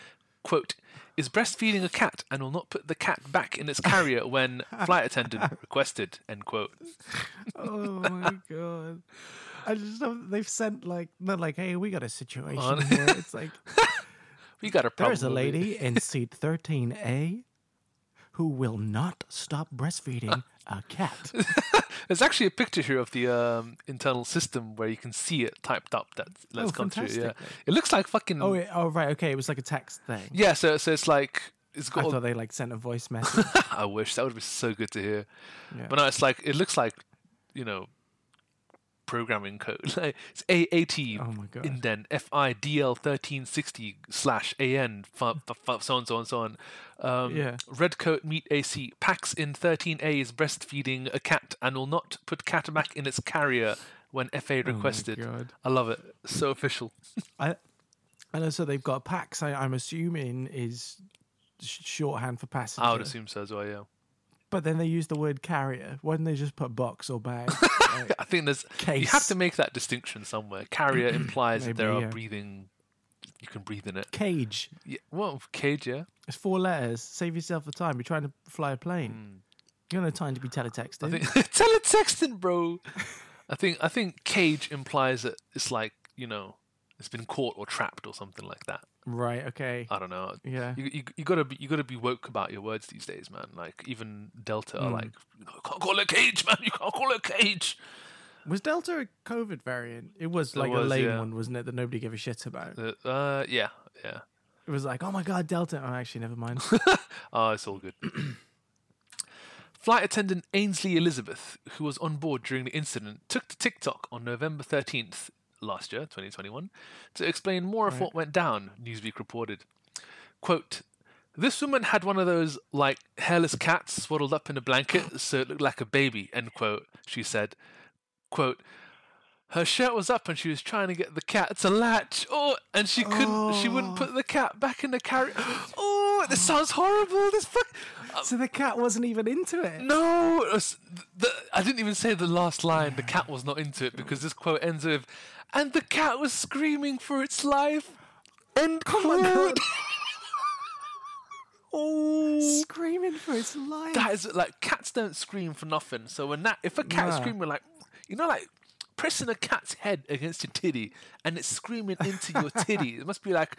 S2: quote, is breastfeeding a cat and will not put the cat back in its carrier when flight attendant requested, end quote.
S1: Oh my god. I just love that they've sent like they're like, hey, we got a situation
S2: On-
S1: here. It's like
S2: We got a problem.
S1: there's a
S2: with it.
S1: lady in seat thirteen A who will not stop breastfeeding a cat.
S2: There's actually a picture here of the um, internal system where you can see it typed up that that's
S1: Oh,
S2: gone through. Yeah,
S1: fantastic.
S2: it looks like fucking.
S1: Oh, it, oh right, okay. It was like a text thing.
S2: Yeah, so so it's like it's
S1: I
S2: got. all-
S1: thought they like sent a voice message. Oh
S2: I wish that would be so good to hear.
S1: Yeah.
S2: But no, it's like it looks like you know programming code. Like it's AAT
S1: Oh my god.
S2: indent FIDL thirteen sixty slash AN fu- fu- fu- so on so on so on. Um,
S1: Yeah.
S2: Red coat meet AC packs in thirteen A is breastfeeding a cat and will not put cat back in its carrier when
S1: Oh
S2: FA
S1: my
S2: requested.
S1: God.
S2: I love it. So official.
S1: I, and also they've got PAX. I, I'm assuming is sh- shorthand for passenger.
S2: I would assume so as well. Yeah.
S1: But then they use the word carrier. Why didn't they just put box or bag? Like,
S2: I think there's you have
S1: Case.
S2: to make that distinction somewhere. Carrier implies that there
S1: Maybe,
S2: are
S1: yeah.
S2: breathing. You can breathe in it.
S1: cage.
S2: Yeah, well, cage, yeah.
S1: It's four letters. Save yourself the time. You're trying to fly a plane. You're no time to be teletexting.
S2: Hmm. I think teletexting, bro. I think I think cage implies that it's like you know it's been caught or trapped or something like that.
S1: right. Okay.
S2: I don't know.
S1: yeah.
S2: You, you, you gotta be you gotta be woke about your words these days, man. Like even Delta
S1: Hmm.
S2: are like, you know, can't call it cage, man. You can't call it cage.
S1: Was Delta a COVID variant? It was like a
S2: was,
S1: lame
S2: yeah.
S1: one, wasn't it? That nobody gave a shit about.
S2: Uh, uh, yeah, yeah.
S1: It was like, oh my god, Delta. Oh, actually, never mind.
S2: Ah, it's all good. Flight attendant Ainsley Elizabeth, who was on board during the incident, took to TikTok on November 13th last year, 2021, to explain more of what went down, Newsweek reported. Quote, this woman had one of those, like, hairless cats swaddled up in a blanket so it looked like a baby, end quote, she said. Quote, her shirt was up and she was trying to get the cat to latch. Oh, and she couldn't, she wouldn't put the cat back in the carrier. Oh, this sounds horrible. This fuck.
S1: so the cat wasn't even into it.
S2: No, it was- the, I didn't even say the last line. The cat was not into it because this quote ends with, "And the cat was screaming for its life." End quote. oh,
S1: Screaming for its life.
S2: that is like cats don't scream for nothing. So when that, if a cat is
S1: Nah.
S2: screaming, like you know, like pressing a cat's head against your titty and it's screaming into your titty, it must be like.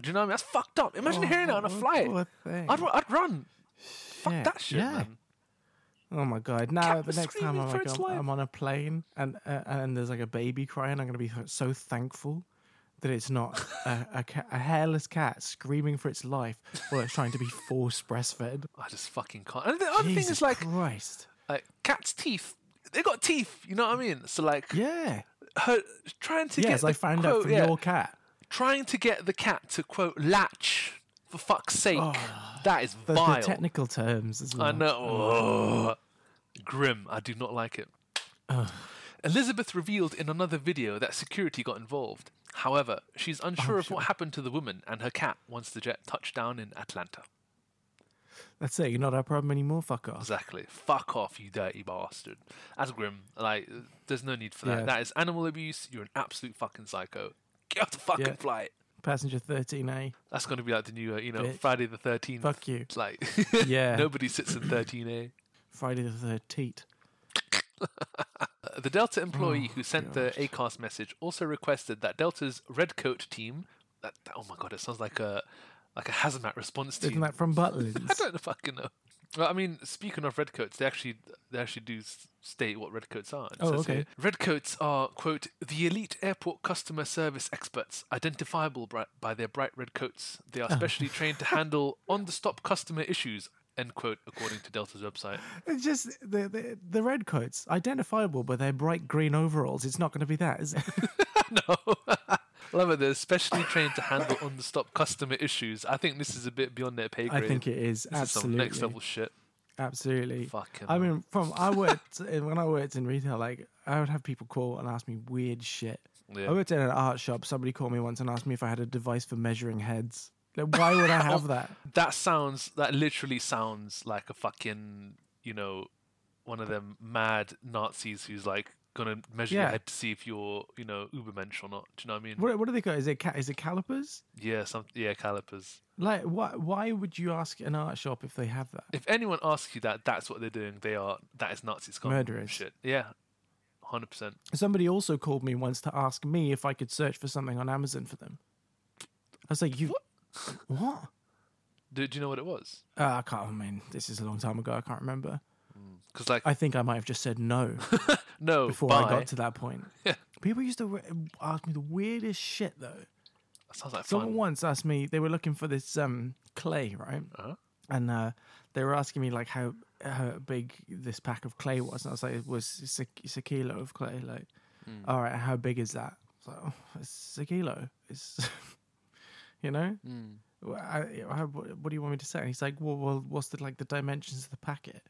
S2: Do you know what I mean? That's fucked up. Imagine hearing it on a
S1: Oh, What
S2: flight.
S1: poor thing.
S2: I'd, ru- I'd run. Fuck
S1: Yeah,
S2: that shit,
S1: yeah.
S2: man.
S1: Oh my god! Now
S2: Cat
S1: the
S2: was
S1: next time
S2: screaming
S1: I'm,
S2: for
S1: like,
S2: its
S1: I'm,
S2: life.
S1: I'm on a plane and uh, and there's like a baby crying, I'm gonna be so thankful that it's not a, a, ca- a hairless cat screaming for its life while it's trying to be force breastfed.
S2: I just fucking can't. And the other
S1: Jesus
S2: thing is like,
S1: Christ!
S2: like cats' teeth. They got teeth. You know what I mean? So like,
S1: Yeah,
S2: her trying to get
S1: yes, I
S2: the
S1: found out
S2: quote,
S1: from
S2: yeah,
S1: your cat.
S2: trying to get the cat to quote latch. For fuck's sake,
S1: Oh,
S2: that is
S1: There's
S2: vile.
S1: the technical terms. As well.
S2: I know. Ugh. Grim. I do not like it. Elizabeth revealed in another video that security got involved. However, she's
S1: Oh,
S2: unsure of what happened to the woman and her cat once the jet touched down in Atlanta.
S1: That's it. You're not our problem anymore. Fuck off.
S2: Exactly. Fuck off, you dirty bastard. That's grim. Like, there's no need for that.
S1: Yeah.
S2: That is animal abuse. You're an absolute fucking psycho. Get off the fucking
S1: Yeah.
S2: flight.
S1: Passenger 13A.
S2: That's going to be like the new, uh, you know,
S1: Bitch.
S2: Friday the 13th.
S1: Fuck you.
S2: It's Like,
S1: Yeah.
S2: nobody sits in 13A.
S1: Friday the 13th.
S2: Uh, The Delta employee
S1: Oh,
S2: who sent the ACAST message also requested that Delta's red coat team. That, that- oh my god, it sounds like a like a hazmat response team.
S1: Isn't that from
S2: I
S1: Butlins?
S2: don't fucking know. Well, I mean, speaking of redcoats, they actually they actually do s- state what redcoats are. It
S1: Oh,
S2: says
S1: okay.
S2: here, Redcoats are quote the elite airport customer service experts, identifiable bri- by their bright red coats. They
S1: Oh.
S2: are specially trained to handle on the stop customer issues. End quote, according to Delta's website.
S1: It's just the, the the red coats, identifiable by their bright green overalls. It's not going to be that, is it?
S2: No. Love it. They're specially trained to handle on the stop customer issues. I think this is a bit beyond their pay
S1: I
S2: grade.
S1: think it is
S2: this
S1: absolutely,
S2: is some next level shit.
S1: absolutely.
S2: Fucking
S1: I mean, from I worked in, when I worked in retail, like I would have people call and ask me weird shit.
S2: Yeah.
S1: I worked in an art shop. Somebody called me once and asked me if I had a device for measuring heads. Like, why would I have that?
S2: that sounds that literally sounds like a fucking you know one of them mad nazis who's like gonna measure
S1: Yeah.
S2: your head to see if you're you know ubermensch or not do you know what i mean
S1: What, what do they call? It? Is it ca- is it calipers?
S2: yeah some yeah calipers
S1: Like, why why would you ask an art shop if they have that?
S2: if anyone asks you that that's what they're doing they are that is nazi scum
S1: Murderers.
S2: shit yeah 100%
S1: Somebody also called me once to ask me if I could search for something on Amazon for them. I was like, you what?
S2: do, do you know what it was
S1: Uh, I can't. I mean, this is a long time ago. I can't remember.
S2: because like
S1: I think I might have just said no
S2: no
S1: before
S2: bye.
S1: I got to that point.
S2: Yeah.
S1: People used to re- ask me the weirdest shit though.
S2: that sounds like
S1: Someone
S2: fun
S1: once asked me they were looking for this um clay, right?
S2: Uh-huh.
S1: And uh, they were asking me like how how big this pack of clay was, and I was like, it was it's a, it's a kilo of clay. Like,
S2: Hmm.
S1: all right, how big is that? It's like, oh, it's a kilo. It's you know,
S2: Mm.
S1: Wha- I, how, what what do you want me to say? And he's like, well, well, what's the like the dimensions of the packet?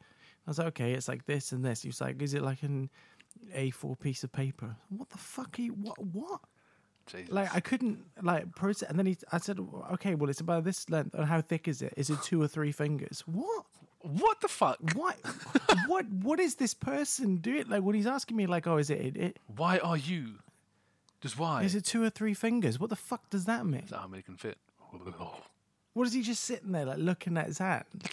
S1: I was like, okay, it's like this and this. He was like, is it like an A4 piece of paper? What the fuck? Are you, what what?
S2: Jesus.
S1: like I couldn't like process. And then he, I said, okay, well, it's about this length. And how thick is it? Is it two or three fingers? What?
S2: what the fuck
S1: What? what? What is this person doing? Like when he's asking me, like, oh, is it, it?
S2: why are you just why
S1: Is it two or three fingers? What the fuck does that mean?
S2: Is that how many can fit
S1: What is he just sitting there like looking at his hand?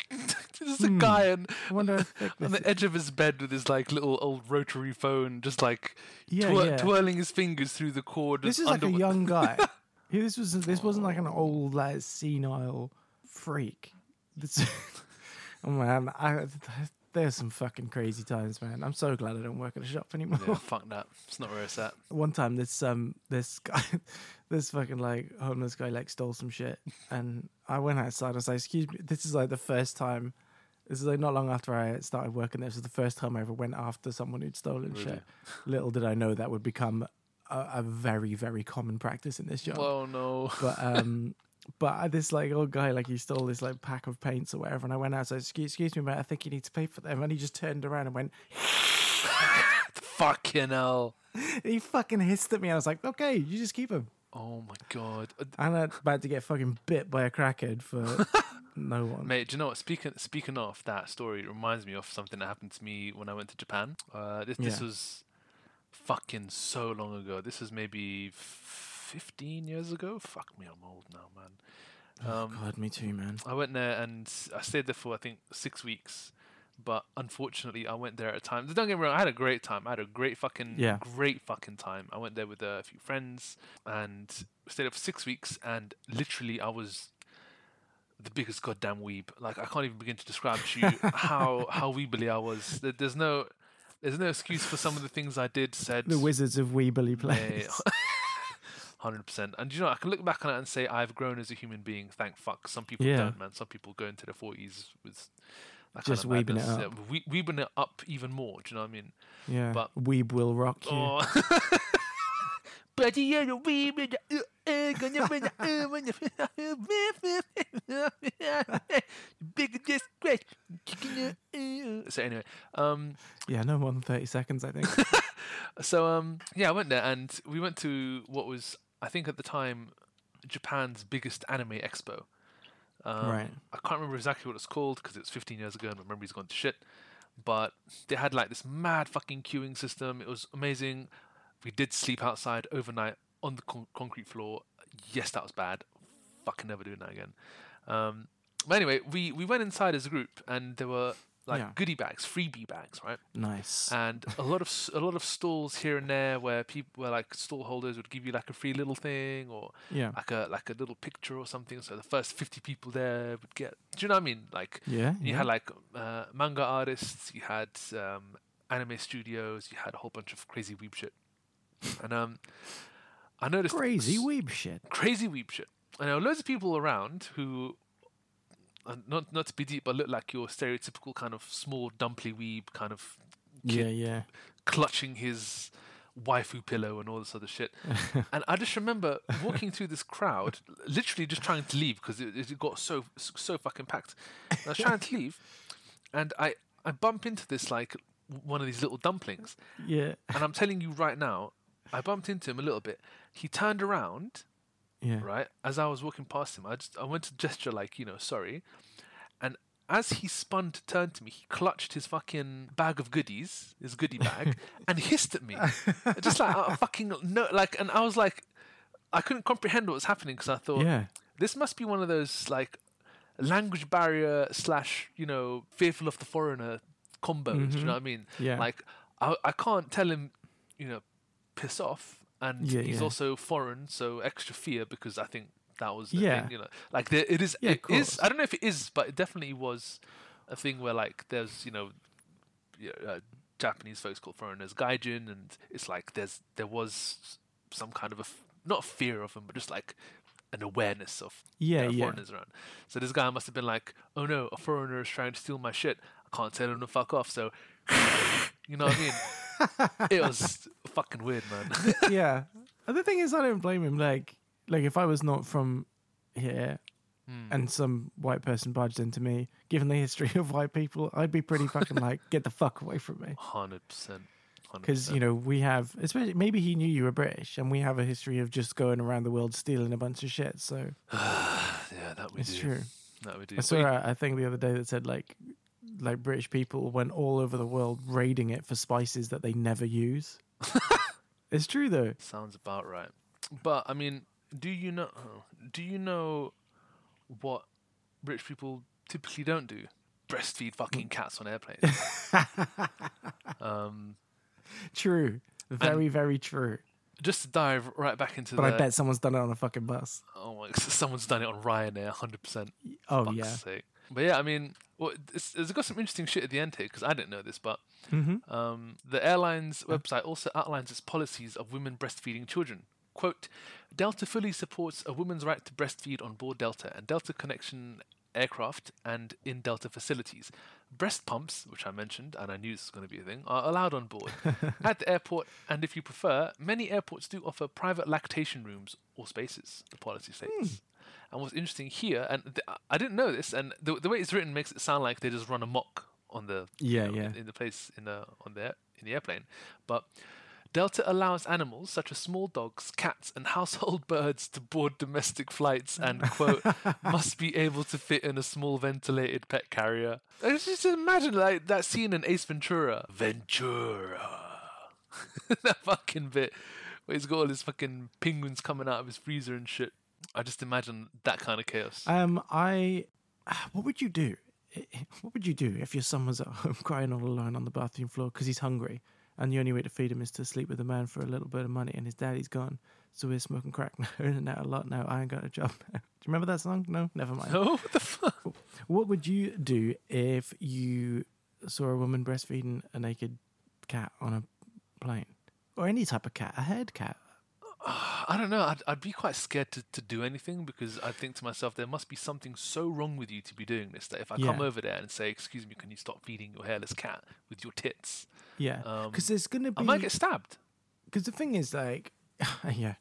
S2: this is a guy and
S1: I wonder. If thick this
S2: on
S1: Hmm. is.
S2: the edge of his bed with his like little old rotary phone, just like
S1: Yeah,
S2: twir-
S1: yeah.
S2: twirling his fingers through the cord.
S1: This is like a
S2: under-
S1: young guy. Yeah, this was this wasn't like an old like senile freak. This, oh man, I, there's some fucking crazy times, man. I'm so glad I don't work at a shop anymore.
S2: Yeah, fuck that. It's not where it's at.
S1: One time, this um this guy, this fucking like homeless guy like stole some shit, and I went outside. I was like, "Excuse me, this is like the first time." This is like not long after I started working there. This is the first time I ever went after someone who'd stolen shit. Little did I know that would become a, a very, very common practice in this job
S2: Oh no.
S1: but um but I, this like old guy like he stole this like pack of paints or whatever and i went out so excuse, excuse me mate i think you need to pay for them and he just turned around and went
S2: Fucking hell.
S1: he fucking hissed at me and i was like okay you just keep him
S2: Oh my god. Uh,
S1: and i'm about to get fucking bit by a crackhead for no one
S2: Mate, do you know what? Speaking speaking of that story, it reminds me of something that happened to me when I went to Japan. Uh, this, this
S1: Yeah.
S2: was fucking so long ago. This was maybe fifteen years ago. Fuck me, I'm old now, man. Um,
S1: god me too man
S2: I went there and I stayed there for I think six weeks, but unfortunately I went there at a time. Don't get me wrong, I had a great time. I had a great fucking
S1: Yeah.
S2: great fucking time. I went there with a few friends and stayed there for six weeks, and literally I was the biggest goddamn weeb. Like I can't even begin to describe to you how how weebly I was. There- There's no there's no excuse for some of the things I did said.
S1: the wizards of weebly
S2: Yeah,
S1: place
S2: Hundred percent, and you know I can look back on it and say I've grown as a human being. Thank fuck. Some people
S1: Yeah.
S2: don't, man. Some people go into their forties with that
S1: Just
S2: kind of
S1: weebing it
S2: madness.
S1: up.
S2: Yeah, we- weebing it up even more. Do you know what I mean?
S1: yeah
S2: but-
S1: weeb will rock you
S2: Oh. But you're a weebie, uh, uh, gonna win, uh, win, uh, uh, big disgrace. So anyway, um,
S1: yeah no more than 30 seconds i think
S2: So um yeah, I went there and we went to what was I think at the time Japan's biggest anime expo. Um,
S1: Right.
S2: I can't remember exactly what it's called because it was 15 years ago and my memory's gone to shit. But they had like this mad fucking queuing system. It was amazing. We did sleep outside overnight on the con- concrete floor. Yes, that was bad. Fucking never doing that again. Um, but anyway, we, we went inside as a group and there were like
S1: Yeah.
S2: goodie bags, freebie bags, right?
S1: nice
S2: and a lot of s- a lot of stalls here and there where people where like stall holders would give you like a free little thing or
S1: yeah
S2: like a like a little picture or something. So the first fifty people there would get. Do you know what I mean? Like
S1: yeah
S2: you
S1: yeah.
S2: had like uh, manga artists, you had um, anime studios, you had a whole bunch of crazy weeb shit, and um, I noticed
S1: crazy
S2: s-
S1: weeb shit
S2: crazy weeb shit. And there were loads of people around who, uh, not not to be deep, but look like your stereotypical kind of small, dumply weeb kind of
S1: yeah yeah
S2: clutching his waifu pillow and all this other shit. and I just remember walking through this crowd, literally just trying to leave because it, it got so so fucking packed. And I was trying to leave, and I I bump into this like w- one of these little dumplings.
S1: Yeah.
S2: And I'm telling you right now, I bumped into him a little bit. He turned around,
S1: Yeah.
S2: right, as I was walking past him. I just I went to gesture like, you know, sorry. And as he spun to turn to me, he clutched his fucking bag of goodies, his goodie bag, and hissed at me. just like a fucking no like and I was like I couldn't comprehend what was happening because I thought
S1: Yeah.
S2: this must be one of those like language barrier slash you know fearful of the foreigner combos. Do you know what I mean?
S1: Yeah.
S2: Like I I can't tell him you know piss off, and
S1: Yeah,
S2: he's
S1: yeah.
S2: also foreign, so extra fear because I think that was the
S1: Yeah.
S2: thing. You know, like there, it is.
S1: Yeah, of
S2: it is.
S1: course.
S2: I don't know if it is, but it definitely was a thing where like there's you know. y- Uh, Japanese folks called foreigners gaijin, and it's like there's there was some kind of a f- not fear of them, but just like an awareness of
S1: Yeah,
S2: there are
S1: yeah.
S2: foreigners around. So this guy must have been like, oh no, a foreigner is trying to steal my shit. I can't tell him to fuck off. So, you know what I mean? it was fucking weird, man.
S1: yeah. And the thing is, I don't blame him. Like, like if I was not from here
S2: Hmm.
S1: and some white person barged into me, given the history of white people, I'd be pretty fucking like, get the fuck away from me.
S2: Hundred percent.
S1: Because, you know, we have, especially maybe he knew you were British and we have a history of just going around the world stealing a bunch of shit. So
S2: yeah, that we
S1: it's
S2: do.
S1: true.
S2: That we
S1: I
S2: do. But
S1: saw
S2: you-
S1: a, a thing the other day that said like, like British people went all over the world raiding it for spices that they never use. it's true though.
S2: Sounds about right. But I mean, do you know? Do you know what rich people typically don't do? Breastfeed
S1: Mm.
S2: fucking cats on airplanes. um,
S1: True. Very, very true.
S2: just to dive right back into
S1: But
S2: the.
S1: I bet someone's done it on a fucking bus.
S2: Oh, my, someone's done it on Ryanair, hundred percent.
S1: Oh
S2: Fuck's
S1: yeah.
S2: sake. But yeah, I mean, well, it's, it's got some interesting shit at the end here because I didn't know this, but
S1: Mm-hmm.
S2: um, the airline's website also outlines its policies of women breastfeeding children. Quote: Delta fully supports a woman's right to breastfeed on board Delta and Delta connection aircraft and in Delta facilities. Breast pumps, which I mentioned and I knew this was going to be a thing, are allowed on board at the airport. And if you prefer, many airports do offer private lactation rooms or spaces. The policy states.
S1: Hmm.
S2: And what's interesting here, and th- I- I didn't know this, and the, the way it's written makes it sound like they just run amok on the you
S1: Yeah,
S2: know,
S1: yeah.
S2: in, in the place in the on the air- in the airplane. But Delta allows animals such as small dogs, cats, and household birds to board domestic flights, and quote must be able to fit in a small ventilated pet carrier. I just- just imagine like that scene in Ace Ventura. Ventura. that fucking bit where he's got all his fucking penguins coming out of his freezer and shit. I just imagine that kind of chaos.
S1: Um, I. What would you do? What would you do if your son was at home crying all alone on the bathroom floor because he's hungry, and the only way to feed him is to sleep with a man for a little bit of money, and his daddy's gone, so we're smoking crack now, earning out a lot now. I ain't got a job. now. do you remember that song? No, never mind.
S2: oh, what the fuck?
S1: What would you do if you saw a woman breastfeeding a naked cat on a plane, or any type of cat, a head cat?
S2: I don't know. I'd, I'd be quite scared to, to do anything because I think to myself, there must be something so wrong with you to be doing this that if I come
S1: Yeah.
S2: over there and say, Excuse me, can you stop feeding your hairless cat with your tits?
S1: Yeah, because there's gonna be
S2: Um, I might get stabbed.
S1: because the thing is like yeah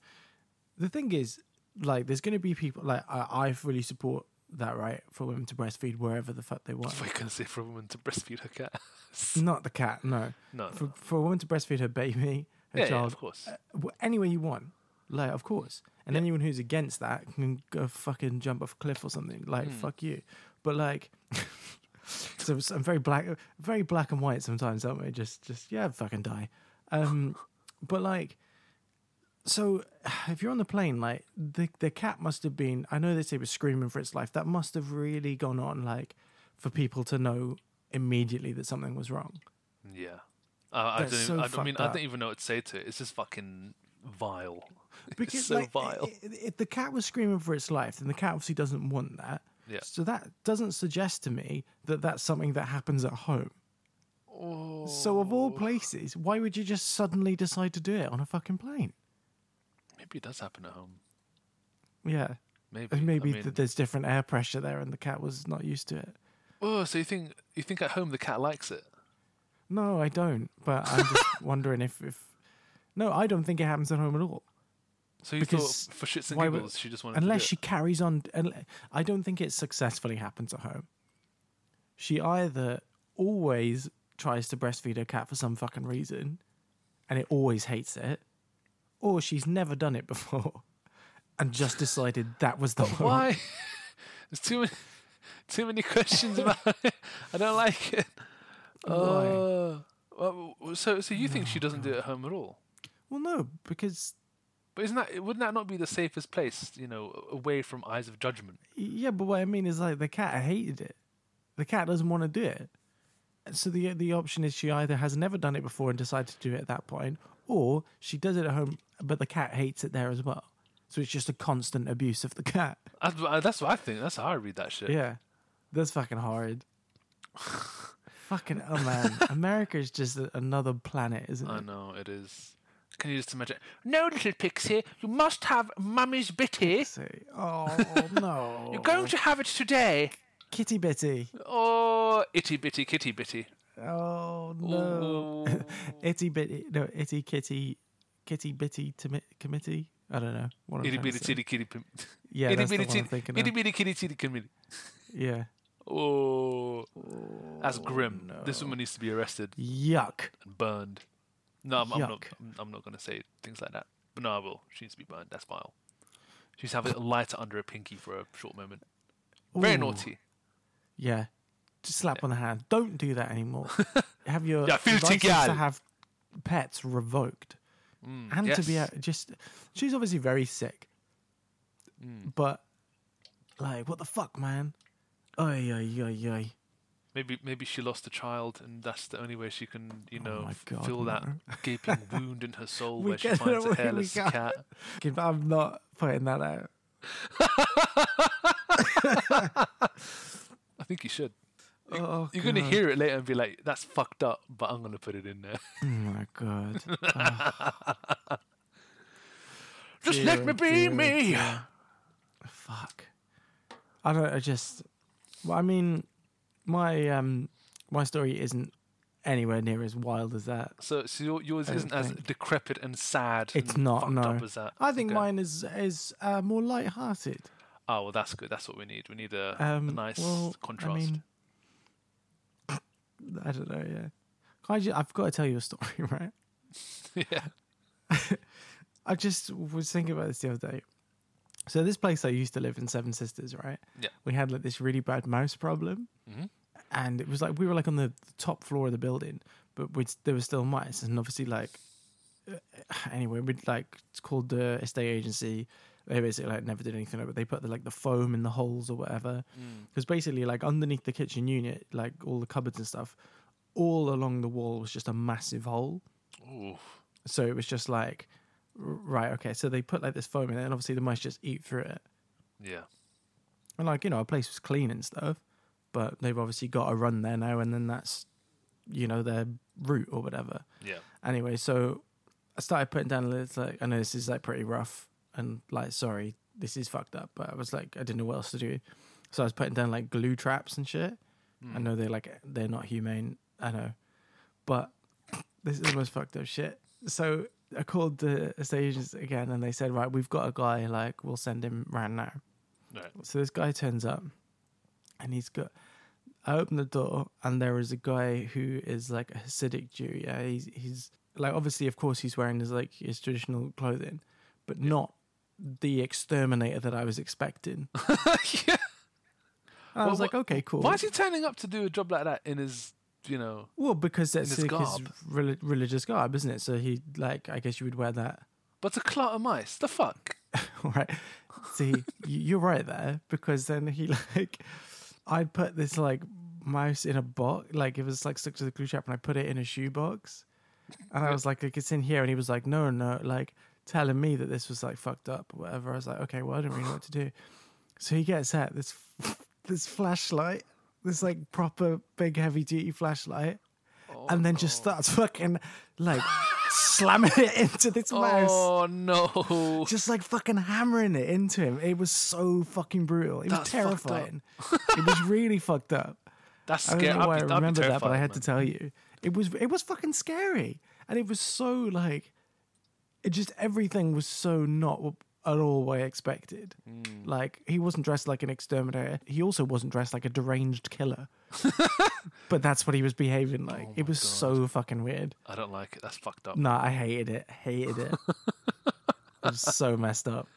S1: the thing is like there's going to be people like I, I fully support that right for women to breastfeed wherever the fuck they want
S2: What are you going to say for a woman to breastfeed her cat?
S1: not the cat no
S2: No,
S1: for, for a woman to breastfeed her baby her
S2: yeah, yeah,
S1: child Uh,
S2: of course.
S1: w- any way you want like of course and anyone who's against that can go fucking jump off a cliff or something like fuck you but like so, so i'm very black very black and white sometimes aren't we just just yeah fucking die um but like so if you're on the plane like the the cat must have been i know they say it was screaming for its life that must have really gone on like for people to know immediately that something was wrong
S2: Yeah. Uh, I, don't,
S1: That's so
S2: I, don't- I mean,
S1: fucked
S2: I
S1: up.
S2: don't even know what to say to it. It's just fucking vile.
S1: because
S2: it's so
S1: like,
S2: vile.
S1: i- i- if the cat was screaming for its life, then the cat obviously doesn't want that.
S2: Yeah.
S1: So that doesn't suggest to me that that's something that happens at home. So of
S2: Oh.
S1: all places, why would you just suddenly decide to do it on a fucking plane?
S2: Maybe it does happen at home.
S1: Yeah.
S2: Maybe.
S1: And maybe
S2: I mean,
S1: that there's different air pressure there, and the cat was not used to it.
S2: oh, so you think you think at home the cat likes it?
S1: No, I don't. But I'm just wondering if, if no, I don't think it happens at home at all.
S2: So you
S1: Because
S2: thought for shits and
S1: why would-
S2: giggles she just wanted
S1: unless
S2: to
S1: she carries on unle- i don't think it successfully happens at home she either always tries to breastfeed her cat for some fucking reason and it always hates it, or she's never done it before and just decided that was the moment.
S2: Why? There's too many, too many questions about it. I don't like it.
S1: Why?
S2: Oh. Well, so, so you think she doesn't do it at home at all?
S1: Well, no, because
S2: But isn't that wouldn't that not be the safest place? You know, away from eyes of judgment.
S1: yeah, but what I mean is like the cat hated it. The cat doesn't want to do it. So the the option is she either has never done it before and decided to do it at that point, or she does it at home, but the cat hates it there as well. So it's just a constant abuse of the cat.
S2: That's, what I- that's what I think. That's how I read that shit.
S1: Yeah, that's fucking horrid. fucking oh man, America is just a, another planet, isn't
S2: I
S1: it?
S2: know it is. Can you just imagine? No, little pixie, you must have mummy's bitty.
S1: Say, oh no,
S2: You're going to have it today.
S1: kitty bitty.
S2: Oh, itty bitty kitty bitty. Oh.
S1: Oh no,
S2: Ooh.
S1: itty bitty, no itty kitty, kitty bitty timi- committee. I don't know. What I'm
S2: Itty
S1: trying
S2: bitty
S1: to say.
S2: titty kitty. pim-
S1: Yeah,
S2: itty
S1: that's
S2: bitty
S1: the one I'm
S2: titty.
S1: thinking
S2: Itty
S1: of.
S2: bitty kitty titty committee.
S1: Yeah.
S2: Oh, that's grim. This woman needs to be arrested
S1: Yuck.
S2: and burned. No, I'm, I'm not.
S1: Yuck.
S2: I'm, I'm not going to say things like that. But no, I will. She needs to be burned. That's vile. She needs to have a lighter under a pinky for a short moment. Very
S1: Ooh.
S2: naughty.
S1: Yeah. Just slap on the hand. Don't do that anymore. have your
S2: Yeah, filthy
S1: license
S2: gal. Mm,
S1: to have pets revoked. and to be
S2: yes.
S1: out, just she's obviously very sick.
S2: Mm.
S1: But like what the fuck, man? Ay ay ay ay.
S2: Maybe maybe she lost a child, and that's the only way she can, you know,
S1: Oh my
S2: f-
S1: God,
S2: fill that
S1: no.
S2: gaping wound in her soul
S1: We
S2: where she
S1: can't-
S2: finds
S1: we-
S2: a
S1: we
S2: hairless
S1: can't.
S2: cat.
S1: Okay, but I'm not putting that out.
S2: I think you should.
S1: Oh,
S2: You're gonna
S1: God.
S2: hear it later and be like, "That's fucked up," but I'm gonna put it in there.
S1: Oh my god.
S2: Just
S1: Dear,
S2: let me be
S1: dear,
S2: me.
S1: dear. Fuck. I don't. I just. Well, I mean, my um, my story isn't anywhere near as wild as that.
S2: So, so your, yours
S1: I don't
S2: isn't as
S1: think.
S2: decrepit and sad.
S1: It's
S2: and
S1: not.
S2: fucked
S1: No.
S2: up as that.
S1: I think
S2: Okay.
S1: mine is is uh, more light-hearted.
S2: Oh well, that's good. That's what we need. We need a, a
S1: Um,
S2: nice
S1: well,
S2: contrast.
S1: I mean, I don't know. Yeah. Can I ju- I've got to tell you a story, right?
S2: yeah.
S1: I just was thinking about this the other day. So this place I used to live in Seven Sisters, right?
S2: Yeah.
S1: We had like this really bad mouse problem,
S2: Mhm.
S1: and it was like we were like on the top floor of the building, but we'd, there was still mice, and obviously like uh, anyway, we'd like called the estate agency. They basically like never did anything, but they put the, like the foam in the holes or whatever. Because basically, like underneath the kitchen unit, like all the cupboards and stuff, all along the wall was just a massive hole.
S2: Ooh.
S1: So it was just like, r- right, okay. So they put like this foam in there, and obviously the mice just eat through it.
S2: Yeah.
S1: And like, you know, our place was clean and stuff, but they've obviously got a run there now, and then that's, you know, their route or whatever.
S2: Yeah.
S1: Anyway, so I started putting down a little, like, I know this is like pretty rough, and like, sorry, this is fucked up, but I was like, I didn't know what else to do. So I was putting down like glue traps and shit. I know they're like, they're not humane, I know, but this is the most fucked up shit. So I called the estate agents again, and they said, right, we've got a guy, like, we'll send him round now.
S2: Right.
S1: So this guy turns up and he's got. I open the door and there is a guy who is like a Hasidic Jew. Yeah, he's he's like obviously, of course, he's wearing his like his traditional clothing, but not the exterminator that I was expecting. And
S2: yeah.
S1: I was
S2: Well,
S1: like, okay, cool.
S2: Why is he turning up to do a job like that in his, you know?
S1: well, because that's
S2: his
S1: like his
S2: garb?
S1: reli- religious garb, isn't it? So he like, I guess you would wear that,
S2: But a clot of mice. The fuck.
S1: right? See, y- you're right there because then he like, I put this like mouse in a box, like it was like stuck to the glue trap, and I put it in a shoebox. And I was like, like, it's in here. And he was like, no, no, like telling me that this was like fucked up or whatever. I was like, okay, well, I don't really know what to do. So he gets out this, this flashlight, this like proper big heavy duty flashlight, and then just starts fucking like slamming it into this mouse.
S2: Oh no.
S1: Just like fucking hammering it into him. It was so fucking brutal. It was
S2: That's fucked up.
S1: terrifying. it was really fucked up.
S2: That's
S1: I
S2: scary.
S1: don't know why I
S2: I'd be, I'd be
S1: remember that, but I
S2: terrified,
S1: had to
S2: man.
S1: tell you. It was it was fucking scary, and it was so like, it just everything was so not at all what I expected.
S2: Mm.
S1: Like he wasn't dressed like an exterminator. He also wasn't dressed like a deranged killer. but that's what he was behaving
S2: Oh
S1: like. it was so fucking weird.
S2: I don't like it. That's fucked up.
S1: Nah, I hated it. Hated it. it was so messed up.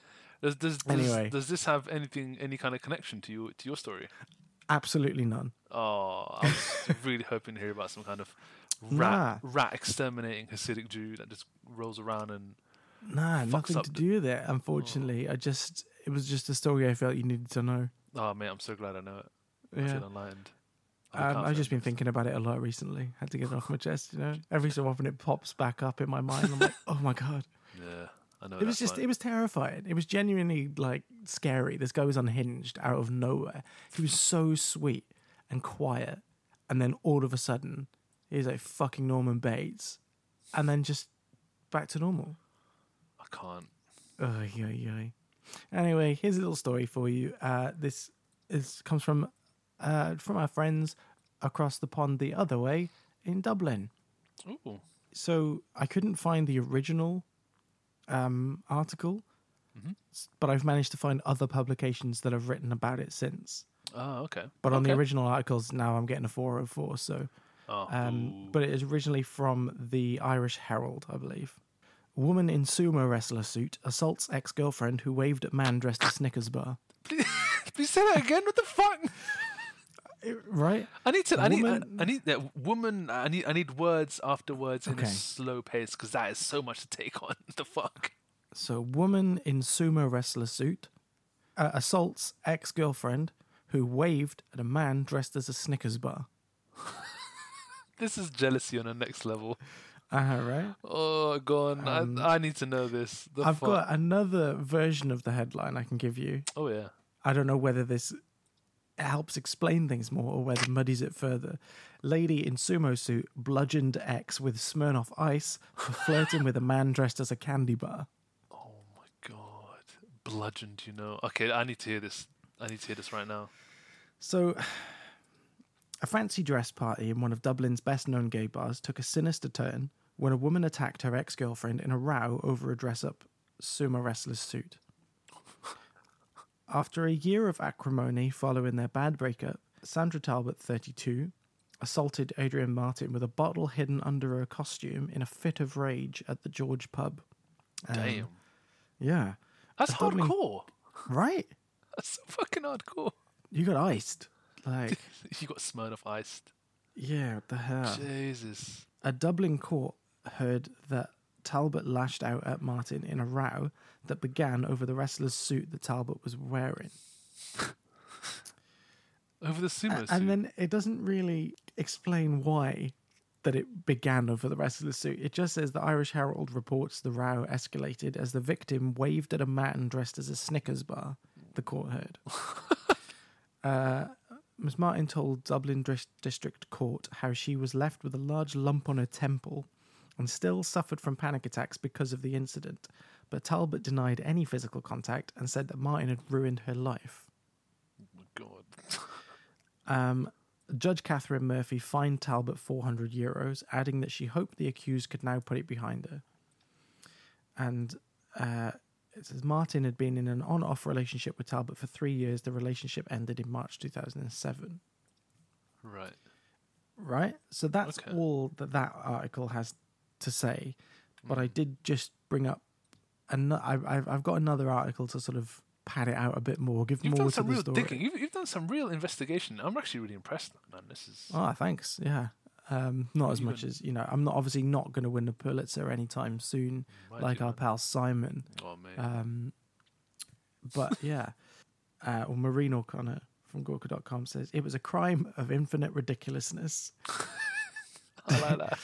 S2: Does, does, does,
S1: Anyway.
S2: does this have anything, any kind of connection to you, to your story?
S1: Absolutely none.
S2: Oh, I was really hoping to hear about some kind of rat, rat exterminating Hasidic Jew that just rolls around and
S1: Nah, nothing
S2: up
S1: to
S2: the-
S1: do with it. Unfortunately, I just it was just a story I felt you needed to know.
S2: oh mate, I'm so glad I know it. I
S1: Yeah.
S2: feel enlightened. I
S1: Um,
S2: can't
S1: I've just
S2: say
S1: been thinking about it a lot recently. Had to get it off my chest, you know. Every so often it pops back up in my mind. I'm like, oh my god.
S2: anything. Yeah, I know.
S1: It was just, it was terrifying. It was genuinely like scary. This guy was unhinged out of nowhere. He was so sweet and quiet. And then all of a sudden, he's like fucking Norman Bates. And then just back to normal.
S2: I can't.
S1: Oh, yeah, yeah. Anyway, here's a little story for you. Uh, this is comes from uh, from our friends across the pond the other way in Dublin.
S2: Ooh,
S1: So I couldn't find the original um, article, s- but I've managed to find other publications that have written about it since.
S2: oh okay.
S1: But on the
S2: Okay.
S1: original articles, now I'm getting a 404. So
S2: oh,
S1: um, but it is originally from the Irish Herald, I believe. Woman in sumo wrestler suit assaults ex girlfriend who waved at man dressed as Snickers bar.
S2: please, please say that again. What the fuck?
S1: Right?
S2: I need to. I need. I,
S1: Woman-
S2: I need that woman. I need. I need words after words in a
S1: Okay.
S2: slow pace because that is so much to take on. The fuck.
S1: So, woman in sumo wrestler suit uh, assaults ex girlfriend who waved at a man dressed as a Snickers bar.
S2: This is jealousy on a next level.
S1: Uh huh, right?
S2: Oh, gone. I, I need to know this. The
S1: Um, I've
S2: fuck.
S1: got another version of the headline I can give you.
S2: Oh yeah.
S1: I don't know whether this helps explain things more or whether muddies it further. Lady in sumo suit bludgeoned ex with Smirnoff ice for flirting with a man dressed as a candy bar.
S2: Oh my god. Bludgeoned, you know. Okay, I need to hear this. I need to hear this right now.
S1: So, a fancy dress party in one of Dublin's best known gay bars took a sinister turn when a woman attacked her ex girlfriend in a row over a dress up sumo wrestler's suit. After a year of acrimony following their bad breakup, Sandra Talbot, 32, assaulted Adrian Martin with a bottle hidden under her costume in a fit of rage at the George pub. Um,
S2: Damn.
S1: Yeah.
S2: That's
S1: I thought we-
S2: hardcore.
S1: Right?
S2: That's so fucking hardcore.
S1: You got iced. Like,
S2: You got Smirnoff iced.
S1: yeah, what the hell?
S2: Jesus.
S1: A Dublin court heard that Talbot lashed out at Martin in a row that began over the wrestler's suit that Talbot was wearing.
S2: Over the sumo suit.
S1: And then it doesn't really explain why that it began over the wrestler's suit. It just says the Irish Herald reports the row escalated as the victim waved at a man dressed as a Snickers bar, the court heard. Ms. Martin told Dublin Dris- District Court how she was left with a large lump on her temple and still suffered from panic attacks because of the incident. But Talbot denied any physical contact and said that Martin had ruined her life.
S2: oh my god.
S1: Um, Judge Catherine Murphy fined Talbot 400 euros, adding that she hoped the accused could now put it behind her. And uh, it says Martin had been in an on off relationship with Talbot for three years. The relationship ended in March 2007.
S2: right.
S1: right? So that's
S2: Okay.
S1: all that that article has to say. But
S2: Mm.
S1: I did just bring up, and I've I've I've got another article to sort of pad it out a bit more, give
S2: You've
S1: more
S2: done
S1: to
S2: some
S1: the
S2: real
S1: story.
S2: digging. You've, you've done some real investigation. I'm actually really impressed, man. This is.
S1: Ah, thanks. Yeah. Um, not as
S2: You
S1: much
S2: and-
S1: as you know. I'm not obviously not going to win the Pulitzer anytime soon,
S2: Mind
S1: like
S2: you,
S1: our pal Simon.
S2: Oh man.
S1: Um, but yeah, uh, or Maureen O'Connor from Gawker.com says it was a crime of infinite ridiculousness.
S2: I like that.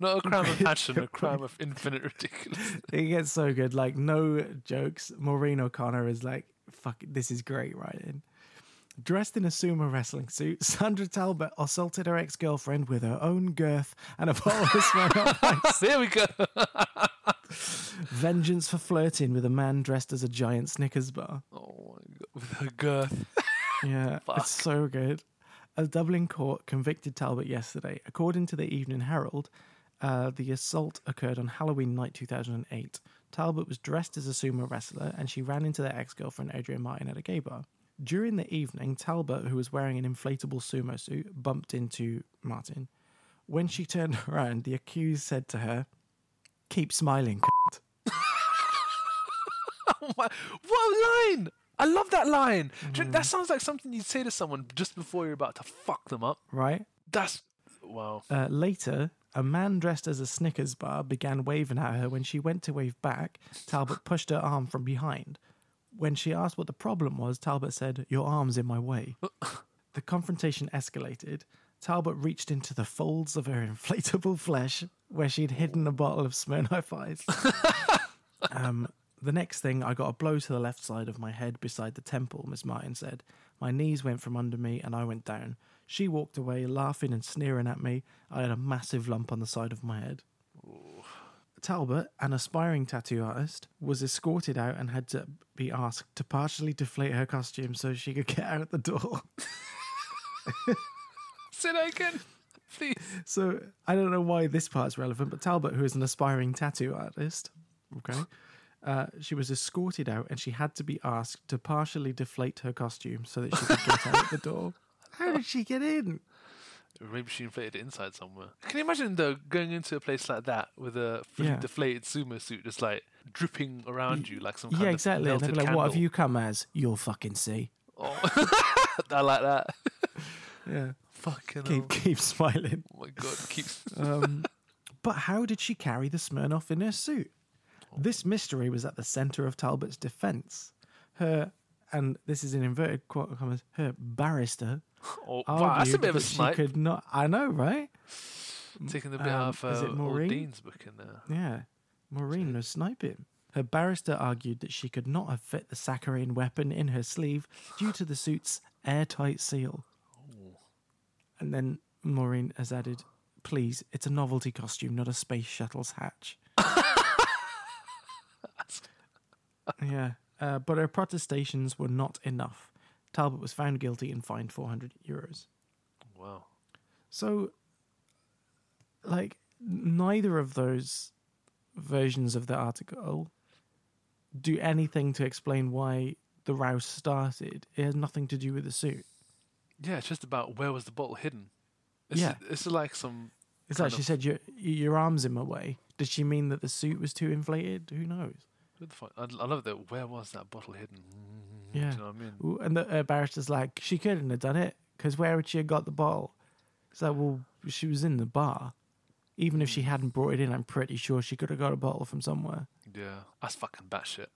S2: Not a crime of passion, a crime of infinite ridiculous.
S1: It gets so good. Like no jokes. Maureen O'Connor is like, fuck, this is great writing. Dressed in a sumo wrestling suit, Sandra Talbot assaulted her ex-girlfriend with her own girth and a bottle of Smirnoff Ice.
S2: there we go.
S1: Vengeance for flirting with a man dressed as a giant Snickers bar.
S2: Oh my god. With her girth.
S1: Yeah,
S2: Fuck.
S1: it's so good. A Dublin court convicted Talbot yesterday. According to the Evening Herald, uh, the assault occurred on Halloween night 2008. Talbot was dressed as a sumo wrestler and she ran into their ex girlfriend Adrian Martin at a gay bar. During the evening, Talbot, who was wearing an inflatable sumo suit, bumped into Martin. When she turned around, the accused said to her, Keep smiling, c-."
S2: Oh my, what a line! I love that line. Do you-
S1: Mm.
S2: That sounds like something you'd say to someone just before you're about to fuck them up.
S1: right?
S2: That's wow.
S1: Uh, later, a man dressed as a Snickers bar began waving at her. When she went to wave back, Talbot pushed her arm from behind. When she asked what the problem was, Talbot said, Your arm's in my way. the confrontation escalated. Talbot reached into the folds of her inflatable flesh where she'd hidden a bottle of Smirnoff Ice. um, the next thing, I got a blow to the left side of my head beside the temple, Miss Martin said. My knees went from under me and I went down. She walked away, laughing and sneering at me. I had a massive lump on the side of my head. Talbot, an aspiring tattoo artist, was escorted out and had to be asked to partially deflate her costume so she could get out the door.
S2: Say that again, please.
S1: So I don't know why this part's relevant, but Talbot, who is an aspiring tattoo artist, okay, uh, she was escorted out and she had to be asked to partially deflate her costume so that she could get out the door. How did she get in?
S2: Maybe she inflated it inside somewhere. Can you imagine though going into a place like that with a fully
S1: Yeah.
S2: deflated sumo suit just like dripping around you like some kind
S1: Yeah,
S2: of
S1: exactly. And they'd
S2: melted
S1: be like, what have
S2: candle."
S1: you come as? You'll fucking see.
S2: Oh. I like that.
S1: Yeah.
S2: Fucking
S1: Keep, keep smiling.
S2: oh my god, keeps
S1: Um, but how did she carry the Smirnoff in her suit? This mystery was at the center of Talbot's defense. Her, and this is in inverted qu- commas, her barrister.
S2: oh, wow, that's a
S1: argued
S2: bit of a
S1: that she
S2: snipe.
S1: Could not, I know, right?
S2: Taking the bit
S1: um,
S2: out of
S1: is
S2: uh,
S1: it
S2: old
S1: Maureen?
S2: Dean's book in there.
S1: Yeah. Maureen was sniping. Her barrister argued that she could not have fit the saccharine weapon in her sleeve due to the suit's airtight seal. And then Maureen has added, please, it's a novelty costume, not a space shuttle's hatch. yeah. Uh, but her protestations were not enough. Talbot was found guilty and fined 400 euros.
S2: Wow.
S1: So, like, neither of those versions of the article do anything to explain why the rouse started. It has nothing to do with the suit.
S2: Yeah, it's just about where was the bottle hidden. It's
S1: Yeah.
S2: it's like some
S1: It's
S2: Kind
S1: like she
S2: of.
S1: said, your, your arm's in my way. Did she mean that the suit was too inflated? Who knows?
S2: who the fuck, I, I love that. Where was that bottle hidden?
S1: Yeah.
S2: Do you know what I mean?
S1: Ooh, And the uh, barrister's like, she couldn't have done it because where would she have got the bottle? It's like, well, she was in the bar. Even if she hadn't brought it in, I'm pretty sure she could have got a bottle from somewhere.
S2: Yeah, that's fucking batshit.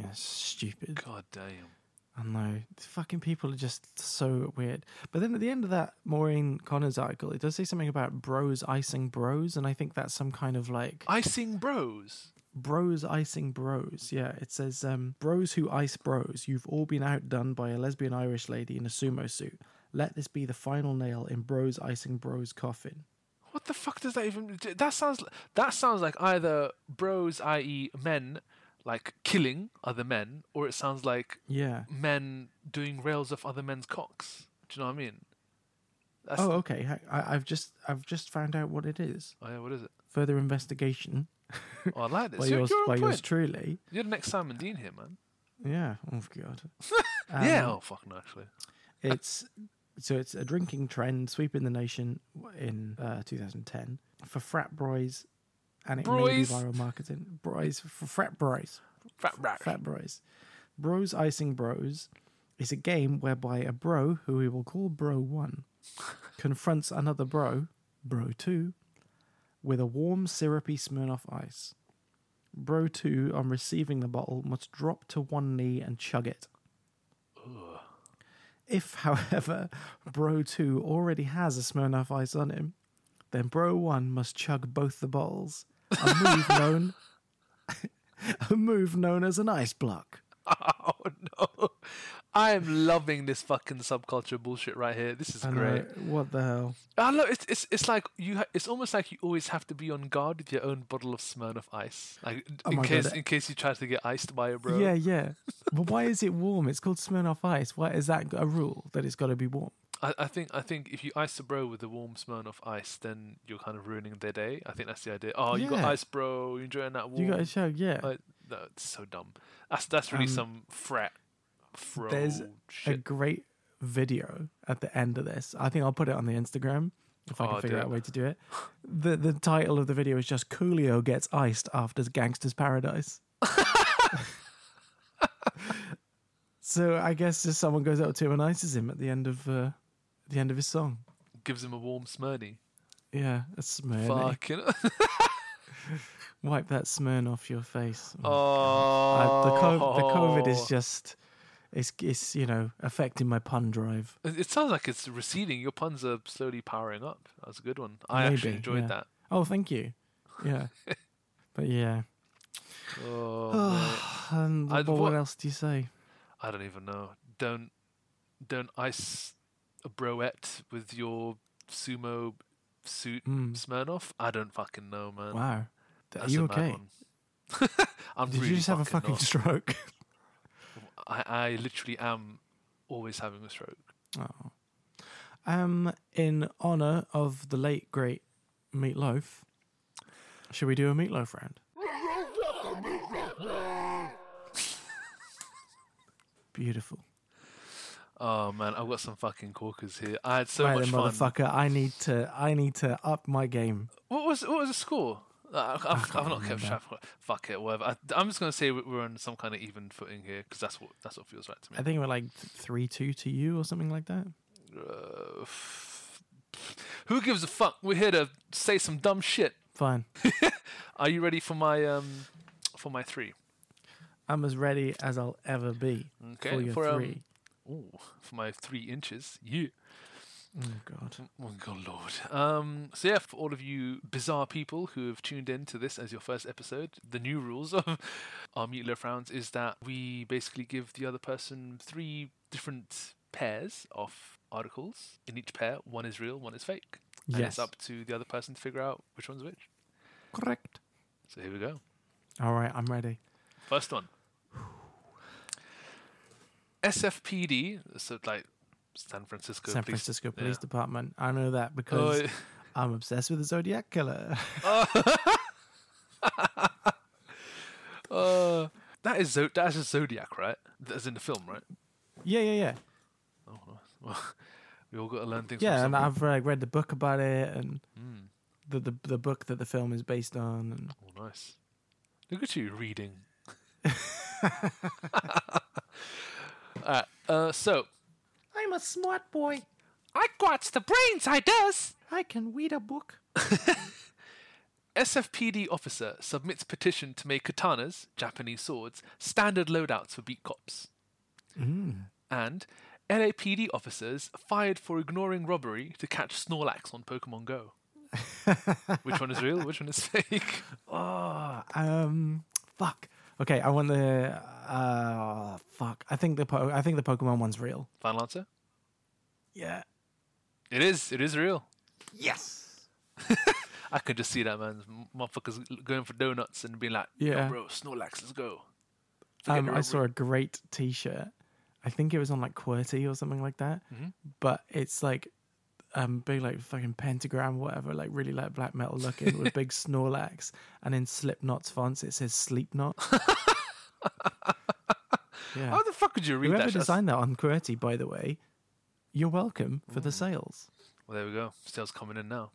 S1: Yeah, stupid.
S2: God damn.
S1: I know. The fucking people are just so weird. But then at the end of that Maureen Connors article, it does say something about bros icing bros, and I think that's some kind of like
S2: Icing Bros.
S1: bros icing bros. Yeah, it says um, bros who ice bros. You've all been outdone by a lesbian Irish lady in a sumo suit. Let this be the final nail in bros icing bros coffin.
S2: What the fuck does that even? That sounds li- that sounds like either bros, i.e., men, like killing other men, or it sounds like
S1: Yeah.
S2: men doing rails off other men's cocks. Do you know what I mean? That's,
S1: Oh, okay. I- I, I've just I've just found out what it is.
S2: oh yeah, what is it?
S1: Further investigation
S2: Oh, I like
S1: by
S2: this. You're,
S1: yours
S2: you're on
S1: by yours
S2: point.
S1: truly.
S2: You're the next Simon Dean here, man.
S1: Yeah. Oh god. Um,
S2: yeah. Oh fuck no, actually.
S1: It's so it's a drinking trend sweeping the nation in uh, 2010 for frat boys, and it may be
S2: Broys.
S1: viral marketing. Broys for frat boys,
S2: Rat rat.
S1: frat boys, bros icing bros is a game whereby a bro who we will call bro one confronts another bro, bro two, with a warm syrupy Smirnoff ice. Bro two, on receiving the bottle, must drop to one knee and chug it. If, however, Bro 2 already has a Smirnoff Ice on him, then Bro 1 must chug both the bottles, a move known a move known as an ice block.
S2: Oh no, I am loving this fucking subculture bullshit right here. This is
S1: I know,
S2: great.
S1: What the hell?
S2: I love it's it's it's like you ha- it's almost like you always have to be on guard with your own bottle of Smirnoff Ice, like d-
S1: Oh
S2: in
S1: my
S2: case
S1: God.
S2: in case you try to get iced by a bro.
S1: Yeah, yeah. but why is it warm? It's called Smirnoff Ice. Why is that a rule that it's got to be warm?
S2: I, I think I think if you ice a bro with a warm Smirnoff Ice, then you're kind of ruining their day. I think that's the idea. Oh, you got
S1: Yeah.
S2: ice, bro. You're enjoying that warm.
S1: You got to chug, yeah.
S2: I- No, it's so dumb. That's that's really
S1: Um,
S2: some fret. Fro
S1: there's a
S2: shit.
S1: great video at the end of this. I think I'll put it on the Instagram if I
S2: Oh,
S1: can figure
S2: do
S1: out a
S2: it.
S1: way to do it. The the title of the video is just Coolio gets iced after Gangster's Paradise. so I guess just someone goes up to him and ices him at the end of uh, the end of his song.
S2: gives him a warm smirny.
S1: Yeah, a smear.
S2: Fucking.
S1: Wipe that smear off your face.
S2: oh.
S1: Uh, the, co- the COVID is just it's it's you know affecting my pun drive.
S2: Oh. It it sounds like it's receding. Your puns are slowly powering up. That was a good one. I actually
S1: Maybe,
S2: enjoyed
S1: yeah.
S2: that.
S1: Oh, thank you. Yeah, but yeah.
S2: Oh, mate.
S1: And
S2: I-
S1: what, what
S2: what-
S1: else do you say?
S2: I don't even know. Don't don't ice a broette with your sumo suit
S1: Mm.
S2: Smirnoff. I don't fucking know, man.
S1: Wow, are
S2: That's
S1: you
S2: a bad
S1: okay?
S2: one. I'm
S1: Did
S2: really
S1: you just have a fucking
S2: not.
S1: stroke?
S2: I, I literally am always having a stroke.
S1: oh. Um, in honor of the late great Meatloaf, should we do a meatloaf round? Beautiful.
S2: Oh man, I've got some fucking corkers here. I had so
S1: right
S2: much
S1: then,
S2: fun.
S1: motherfucker, I need to I need to up my game.
S2: What was what was the score? Uh, I- I've,
S1: can't
S2: I've not kept
S1: remember.
S2: track. Fuck it, whatever. I, I'm just gonna say we- we're on some kind of even footing here because that's what that's what feels right to me.
S1: I think we're like three two to you or something like that.
S2: Uh, f- who gives a fuck? We're here to say some dumb shit.
S1: Fine.
S2: Are you ready for my um for my three?
S1: I'm as ready as I'll ever be
S2: Okay,
S1: for your
S2: for, um,
S1: three.
S2: Ooh, for my three inches. Yeah.
S1: oh God.
S2: Oh God, Lord. Um, so yeah, for all of you bizarre people who have tuned in to this as your first episode, the new rules of our meatloaf rounds is that we basically give the other person three different pairs of articles. In each pair, one is real, one is fake, and
S1: Yes.
S2: it's up to the other person to figure out which one's which.
S1: Correct.
S2: So here we go.
S1: All right, I'm ready.
S2: First one. SFPD, so like San Francisco
S1: San
S2: Police.
S1: Francisco
S2: yeah.
S1: Police Department. I know that because
S2: Oh,
S1: I'm obsessed with the Zodiac Killer.
S2: Uh, that is Zo- that is a Zodiac, right? That's in the film, right?
S1: yeah, yeah, yeah,
S2: Oh, no. well, we all got to learn things.
S1: yeah. And
S2: from someone.
S1: I've like read the book about it and
S2: Mm.
S1: the, the the book that the film is based on. And
S2: Oh, nice. Look at you reading. Alright, uh, so
S1: I'm a smart boy.
S2: I got the brains. I does.
S1: I can read a book.
S2: SFPD officer submits petition to make katanas, Japanese swords, standard loadouts for beat cops.
S1: Mm.
S2: And LAPD officers fired for ignoring robbery to catch Snorlax on Pokemon Go. which one is real? Which one is fake?
S1: Oh, um, fuck. Okay, I want the. Uh, fuck. I think the po- I think the Pokemon one's real.
S2: Final answer.
S1: Yeah.
S2: It is. It is real.
S1: Yes.
S2: I could just see that man, motherfuckers going for donuts and being like, "Yeah,
S1: Yeah.
S2: bro, Snorlax, let's go." Forget
S1: Um, I
S2: robbery."
S1: saw a great T-shirt. I think it was on like QWERTY or something like that.
S2: Mm-hmm.
S1: But it's like um, big like fucking pentagram, whatever, like really like black metal looking with big Snorlax, and in Slipknot's fonts it says Sleepknot. yeah.
S2: How the fuck could you read
S1: Whoever
S2: that? shit?
S1: designed that on QWERTY, by the way, you're welcome for
S2: Mm.
S1: the sales.
S2: Well, there we go. Sales coming in now.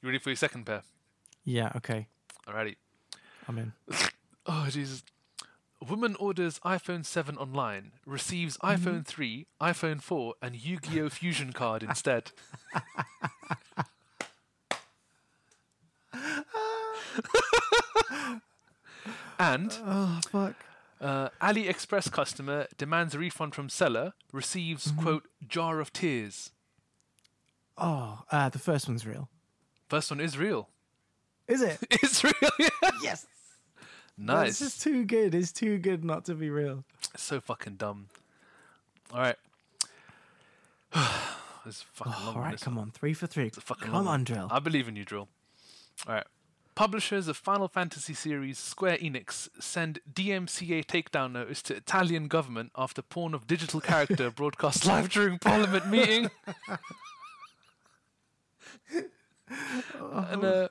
S2: You ready for your second pair?
S1: Yeah. Okay.
S2: Alrighty.
S1: I'm in.
S2: Oh Jesus. Woman orders iPhone 7 online, receives
S1: Mm-hmm.
S2: iPhone 3, iPhone 4, and Yu-Gi-Oh! Fusion card instead. and
S1: Oh fuck.
S2: uh, AliExpress customer demands a refund from seller, receives
S1: Mm-hmm.
S2: quote jar of tears.
S1: Oh, uh, the first one's real.
S2: First one is real.
S1: Is it?
S2: It's real. Yeah.
S1: yes.
S2: Nice.
S1: This is too good. It's too good not to be real.
S2: So fucking dumb. All right. this is fucking long.
S1: All
S2: one,
S1: right,
S2: this
S1: come on, three for three.
S2: is Oh, a fucking long
S1: come
S2: one.
S1: on, drill.
S2: I believe in you, Drill. All right. Publishers of Final Fantasy series Square Enix send DMCA takedown notice to Italian government after porn of digital character broadcast live during parliament meeting. and uh,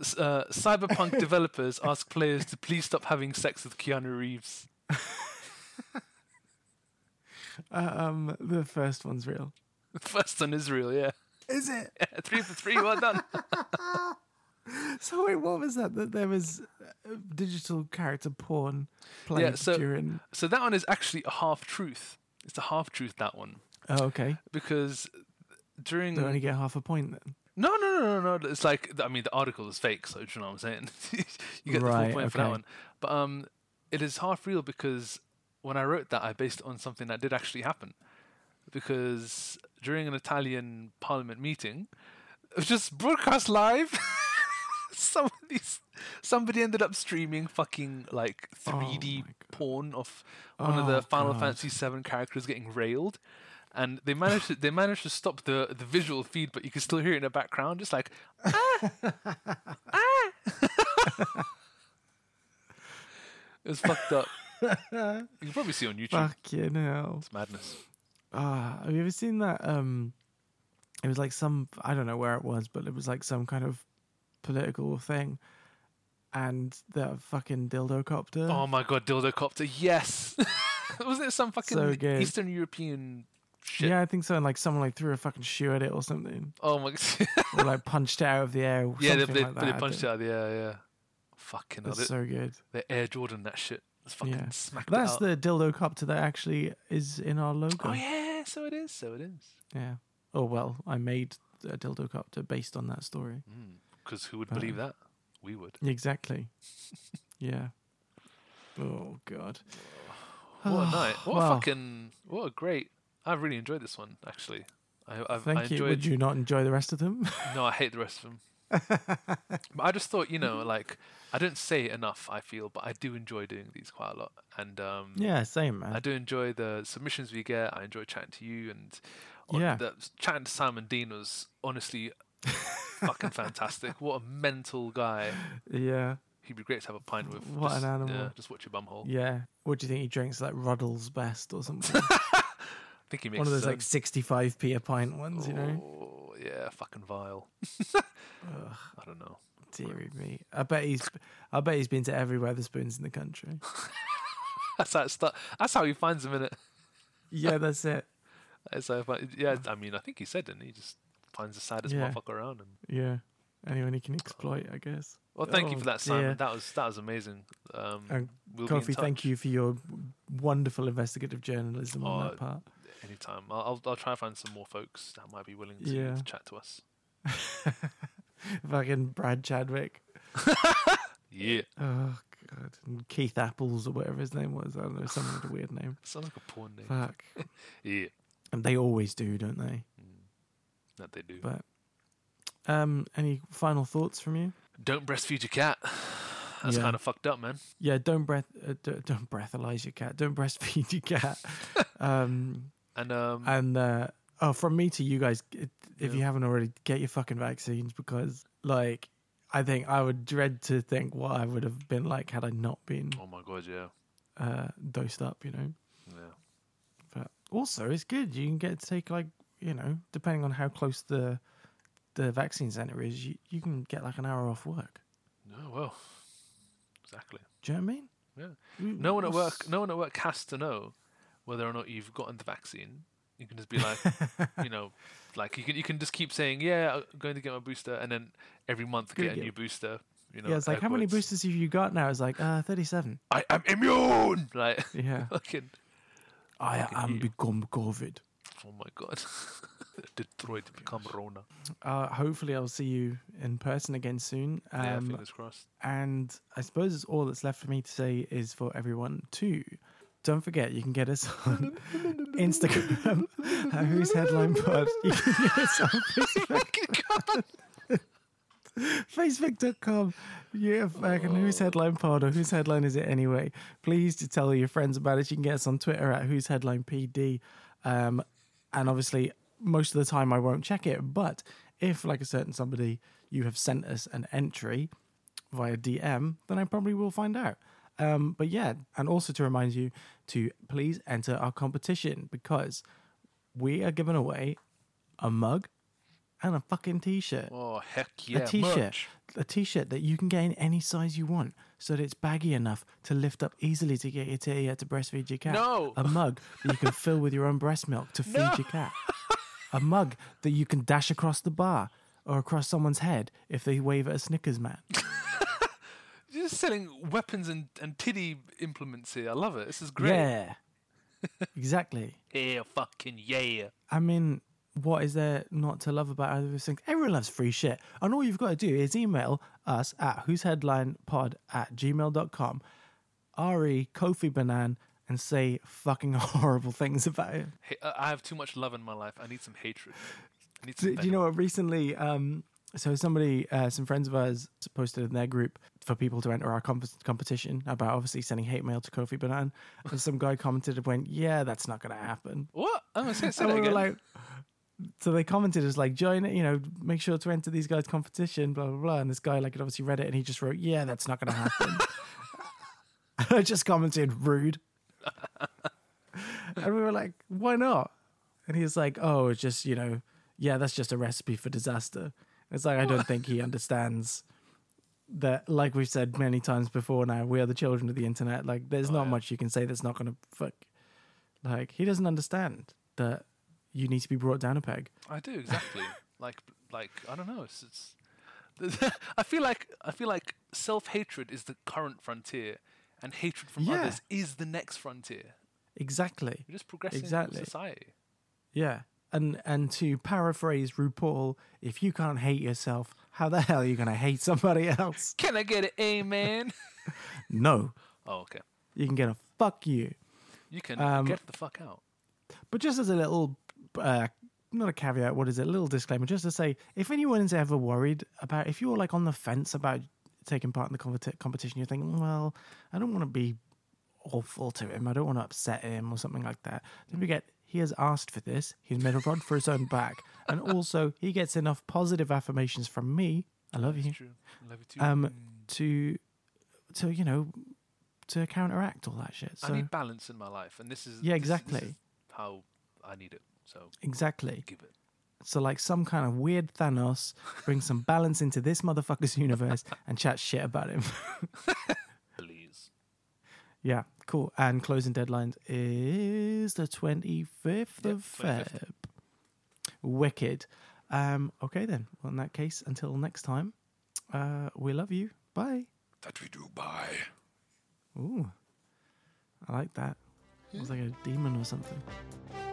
S2: S- Uh, cyberpunk developers ask players to please stop having sex with Keanu Reeves.
S1: Uh, um, the first one's real.
S2: First on Israel, yeah.
S1: Is it?
S2: three for three, well done.
S1: So wait, what was that? That there was uh, digital character porn played
S2: so-
S1: during.
S2: so that one is actually a half truth. It's a half truth that one
S1: Oh, okay.
S2: because during
S1: Do I
S2: no
S1: only get half a point then?
S2: no no no no it's like I mean the article is fake so do you know what I'm saying you get the
S1: Right,
S2: full point for that
S1: okay.
S2: one but um it is half real because when I wrote that I based it on something that did actually happen because during an Italian parliament meeting it was just broadcast live somebody somebody ended up streaming fucking like
S1: Oh
S2: 3D
S1: my God.
S2: porn of one of
S1: Oh,
S2: the Final
S1: God.
S2: Fantasy VII characters getting railed, and they managed to, they managed to stop the the visual feed, but you can still hear it in the background, just like "Ah, it was fucked up. you can probably see on YouTube.
S1: Fucking hell.
S2: It's madness.
S1: Ah, have you ever seen that? Um, it was like some I don't know where it was, but it was like some kind of political thing, and the fucking dildo copter.
S2: Oh my god, dildo copter, yes. Wasn't it some fucking
S1: So good.
S2: Eastern European shit?
S1: yeah, I think so. And like someone like threw a fucking shoe at it or something,
S2: Oh my.
S1: or like punched it out of the air.
S2: yeah, they,
S1: something
S2: they,
S1: like
S2: they
S1: that.
S2: punched it out of the air. Yeah. Fucking hell.
S1: That's
S2: They,
S1: so good.
S2: they Air Jordan that shit. It's fucking
S1: Yeah.
S2: smacked it
S1: That's
S2: out.
S1: the dildo copter that actually is in our logo.
S2: Oh yeah, so it is. So it is.
S1: Yeah. Oh well, I made a dildo copter based on that story.
S2: Because Mm, who would believe that? We would.
S1: Exactly. yeah. Oh god.
S2: What a night! What
S1: Wow.
S2: a fucking! What a great! I really enjoyed this one. Actually, I I've,
S1: Thank
S2: I
S1: you. Would
S2: enjoyed.
S1: you not enjoy the rest of them?
S2: No, I hate the rest of them. but I just thought, you know, like I don't say it enough. I feel, but I do enjoy doing these quite a lot, and um,
S1: yeah, same man.
S2: I do enjoy the submissions we get. I enjoy chatting to you and on-
S1: Yeah.
S2: the, chatting to Simon Dean was honestly fucking fantastic. What a mental guy!
S1: yeah,
S2: He'd be great to have a pint with.
S1: What an
S2: just, yeah,
S1: animal.
S2: just watch your bum hole.
S1: yeah. What do you think he drinks? Like Ruddle's Best or something?
S2: I think he makes
S1: One of
S2: his
S1: those
S2: own.
S1: like sixty-five p a pint ones, you know?
S2: Oh, yeah, fucking vile. I don't know.
S1: Deary me. I bet he's. I bet he's been to every Weatherspoons in the country.
S2: That's how it start. That's how he finds them in it.
S1: yeah, that's it.
S2: That's how he find- yeah, I mean, I think he said, didn't he? He Just finds the saddest
S1: Yeah.
S2: motherfucker around. And
S1: Yeah. Anyone he can exploit, I guess.
S2: well, thank you
S1: Oh,
S2: for that, Simon.
S1: dear.
S2: That was that was amazing. Um,
S1: And
S2: we'll be in
S1: Coffee, thank
S2: touch
S1: you for your wonderful investigative journalism on
S2: Oh,
S1: that part.
S2: Anytime, I'll, I'll I'll try and find some more folks that might be willing to,
S1: Yeah.
S2: to chat to us.
S1: Fucking Brad Chadwick.
S2: Yeah,
S1: Oh god. And Keith Apples or whatever his name was. I don't know, someone with a weird name.
S2: sounds like a porn name.
S1: Fuck.
S2: Yeah, Mm.
S1: And they always do, don't they?
S2: that they do.
S1: But um any final thoughts from you?
S2: Don't breastfeed your cat. That's
S1: Yeah.
S2: kind of fucked up, man.
S1: Yeah, don't breath uh, don't, don't breathalyze your cat. Don't breastfeed your cat. um
S2: And um,
S1: and uh oh from me to you guys it- if
S2: Yeah.
S1: you haven't already get your fucking vaccines because like I think I would dread to think what I would have been like had I not been
S2: oh my god, yeah,
S1: uh dosed up, you know.
S2: yeah.
S1: But also, it's good. You can get to take like you know, depending on how close the the vaccine center is, you, you can get like an hour off work.
S2: Oh well, exactly.
S1: Do you know what I mean?
S2: Yeah.
S1: We-
S2: No one at
S1: what's-
S2: work, no one at work has to know whether or not you've gotten the vaccine. You can just be like, you know, like you can you can just keep saying, yeah, I'm going to get my booster, and then every month
S1: Gonna
S2: get a
S1: get-
S2: new booster. You know,
S1: Yeah, it's like
S2: air
S1: how many
S2: quotes.
S1: boosters have you got now? It's like uh, thirty-seven.
S2: I am immune. Like,
S1: Yeah,
S2: fucking,
S1: I
S2: Fucking
S1: am
S2: you.
S1: become COVID.
S2: oh my god, Detroit become Rona.
S1: Uh, hopefully, I'll see you in person again soon.
S2: Yeah,
S1: Um,
S2: fingers crossed.
S1: And I suppose it's all that's left for me to say is for everyone to don't forget you can get us on Instagram at Who's Headline Pod. You can get us on Facebook. Facebook.com. Yeah, fucking Who's Headline Pod or Whose Headline Is It Anyway? Please to tell your friends about it. You can get us on Twitter at Who's Headline PD. Um, and obviously, most of the time I won't check it. But if, like a certain somebody, you have sent us an entry, via DM, then I probably will find out. Um, but yeah, and also to remind you to please enter our competition because we are giving away a mug and a fucking t-shirt.
S2: Oh heck yeah!
S1: t-shirt.
S2: merch.
S1: a t-shirt that you can get in any size you want so that it's baggy enough to lift up easily to get your titty out to breastfeed your cat
S2: No.
S1: a mug that you can fill with your own breast milk to feed
S2: No.
S1: your cat a mug that you can dash across the bar or across someone's head if they wave at a snickers man
S2: You're just selling weapons and, and titty implements here. I love it. This is great.
S1: yeah exactly
S2: Yeah, fucking yeah.
S1: i mean what is there not to love about either of those things? Everyone loves free shit. And all you've got to do is email us at whoseheadlinepod at gmail.com Ari E, Kofi Banan and say fucking horrible things about him.
S2: Hey, uh, I I have too much love in my life. I need some hatred. I need some
S1: Do, do you
S2: venom.
S1: know what? Recently, um, so somebody, uh, some friends of ours posted in their group for people to enter our comp- competition about obviously sending hate mail to Kofi Banan. And some guy commented and went, Yeah, that's not going to happen.
S2: what? I'm gonna say, say
S1: And
S2: that
S1: we were
S2: again.
S1: like, so they commented as like, join it, you know, make sure to enter these guys' competition, blah blah blah. And this guy like had obviously read it and he just wrote, yeah, that's not going to happen. and I just commented, rude. and we were like, why not? And he was like, oh, it's just you know, yeah, that's just a recipe for disaster. It's like I don't think he understands that, like we've said many times before. Now we are the children of the internet. Like, there's
S2: Oh,
S1: not much you can say that's not going to fuck. Like, he doesn't understand that you need to be brought down a peg.
S2: I do exactly. like, like I don't know. It's, it's I feel like I feel like self hatred is the current frontier, and hatred from
S1: Yeah.
S2: others is the next frontier.
S1: Exactly.
S2: You're just progressing in
S1: Exactly.
S2: society.
S1: Yeah. And and to paraphrase RuPaul, if you can't hate yourself, how the hell are you gonna hate somebody else?
S2: Can I get an amen?
S1: No.
S2: oh, okay.
S1: You can get a fuck you.
S2: You can
S1: Um,
S2: get the fuck out.
S1: But just as a little, uh, not a caveat, what is it? A little disclaimer, just to say, if anyone's ever worried about, if you're like on the fence about taking part in the competi- competition, you're thinking, well, I don't want to be awful to him. I don't want to upset him or something like that. Don't forget, he has asked for this. He's made a rod for his own back. And also, he gets enough positive affirmations from me. I love you.
S2: It's true. I love you too.
S1: mhm. Um, to, to you know, to counteract all that shit.
S2: I
S1: So
S2: need balance in my life, and this is
S1: Yeah,
S2: this is- this
S1: exactly.
S2: is how I need it. So
S1: exactly.
S2: give it.
S1: So, like some kind of weird Thanos, bring some balance into this motherfucker's universe and chat shit about him.
S2: Please.
S1: yeah, cool. And closing deadlines is the 25th of
S2: 25th.
S1: Feb. Wicked. Um, okay, then. Well, in that case, until next time, uh, we love you. Bye.
S2: That we do buy.
S1: Ooh, I like that. It was like a demon or something.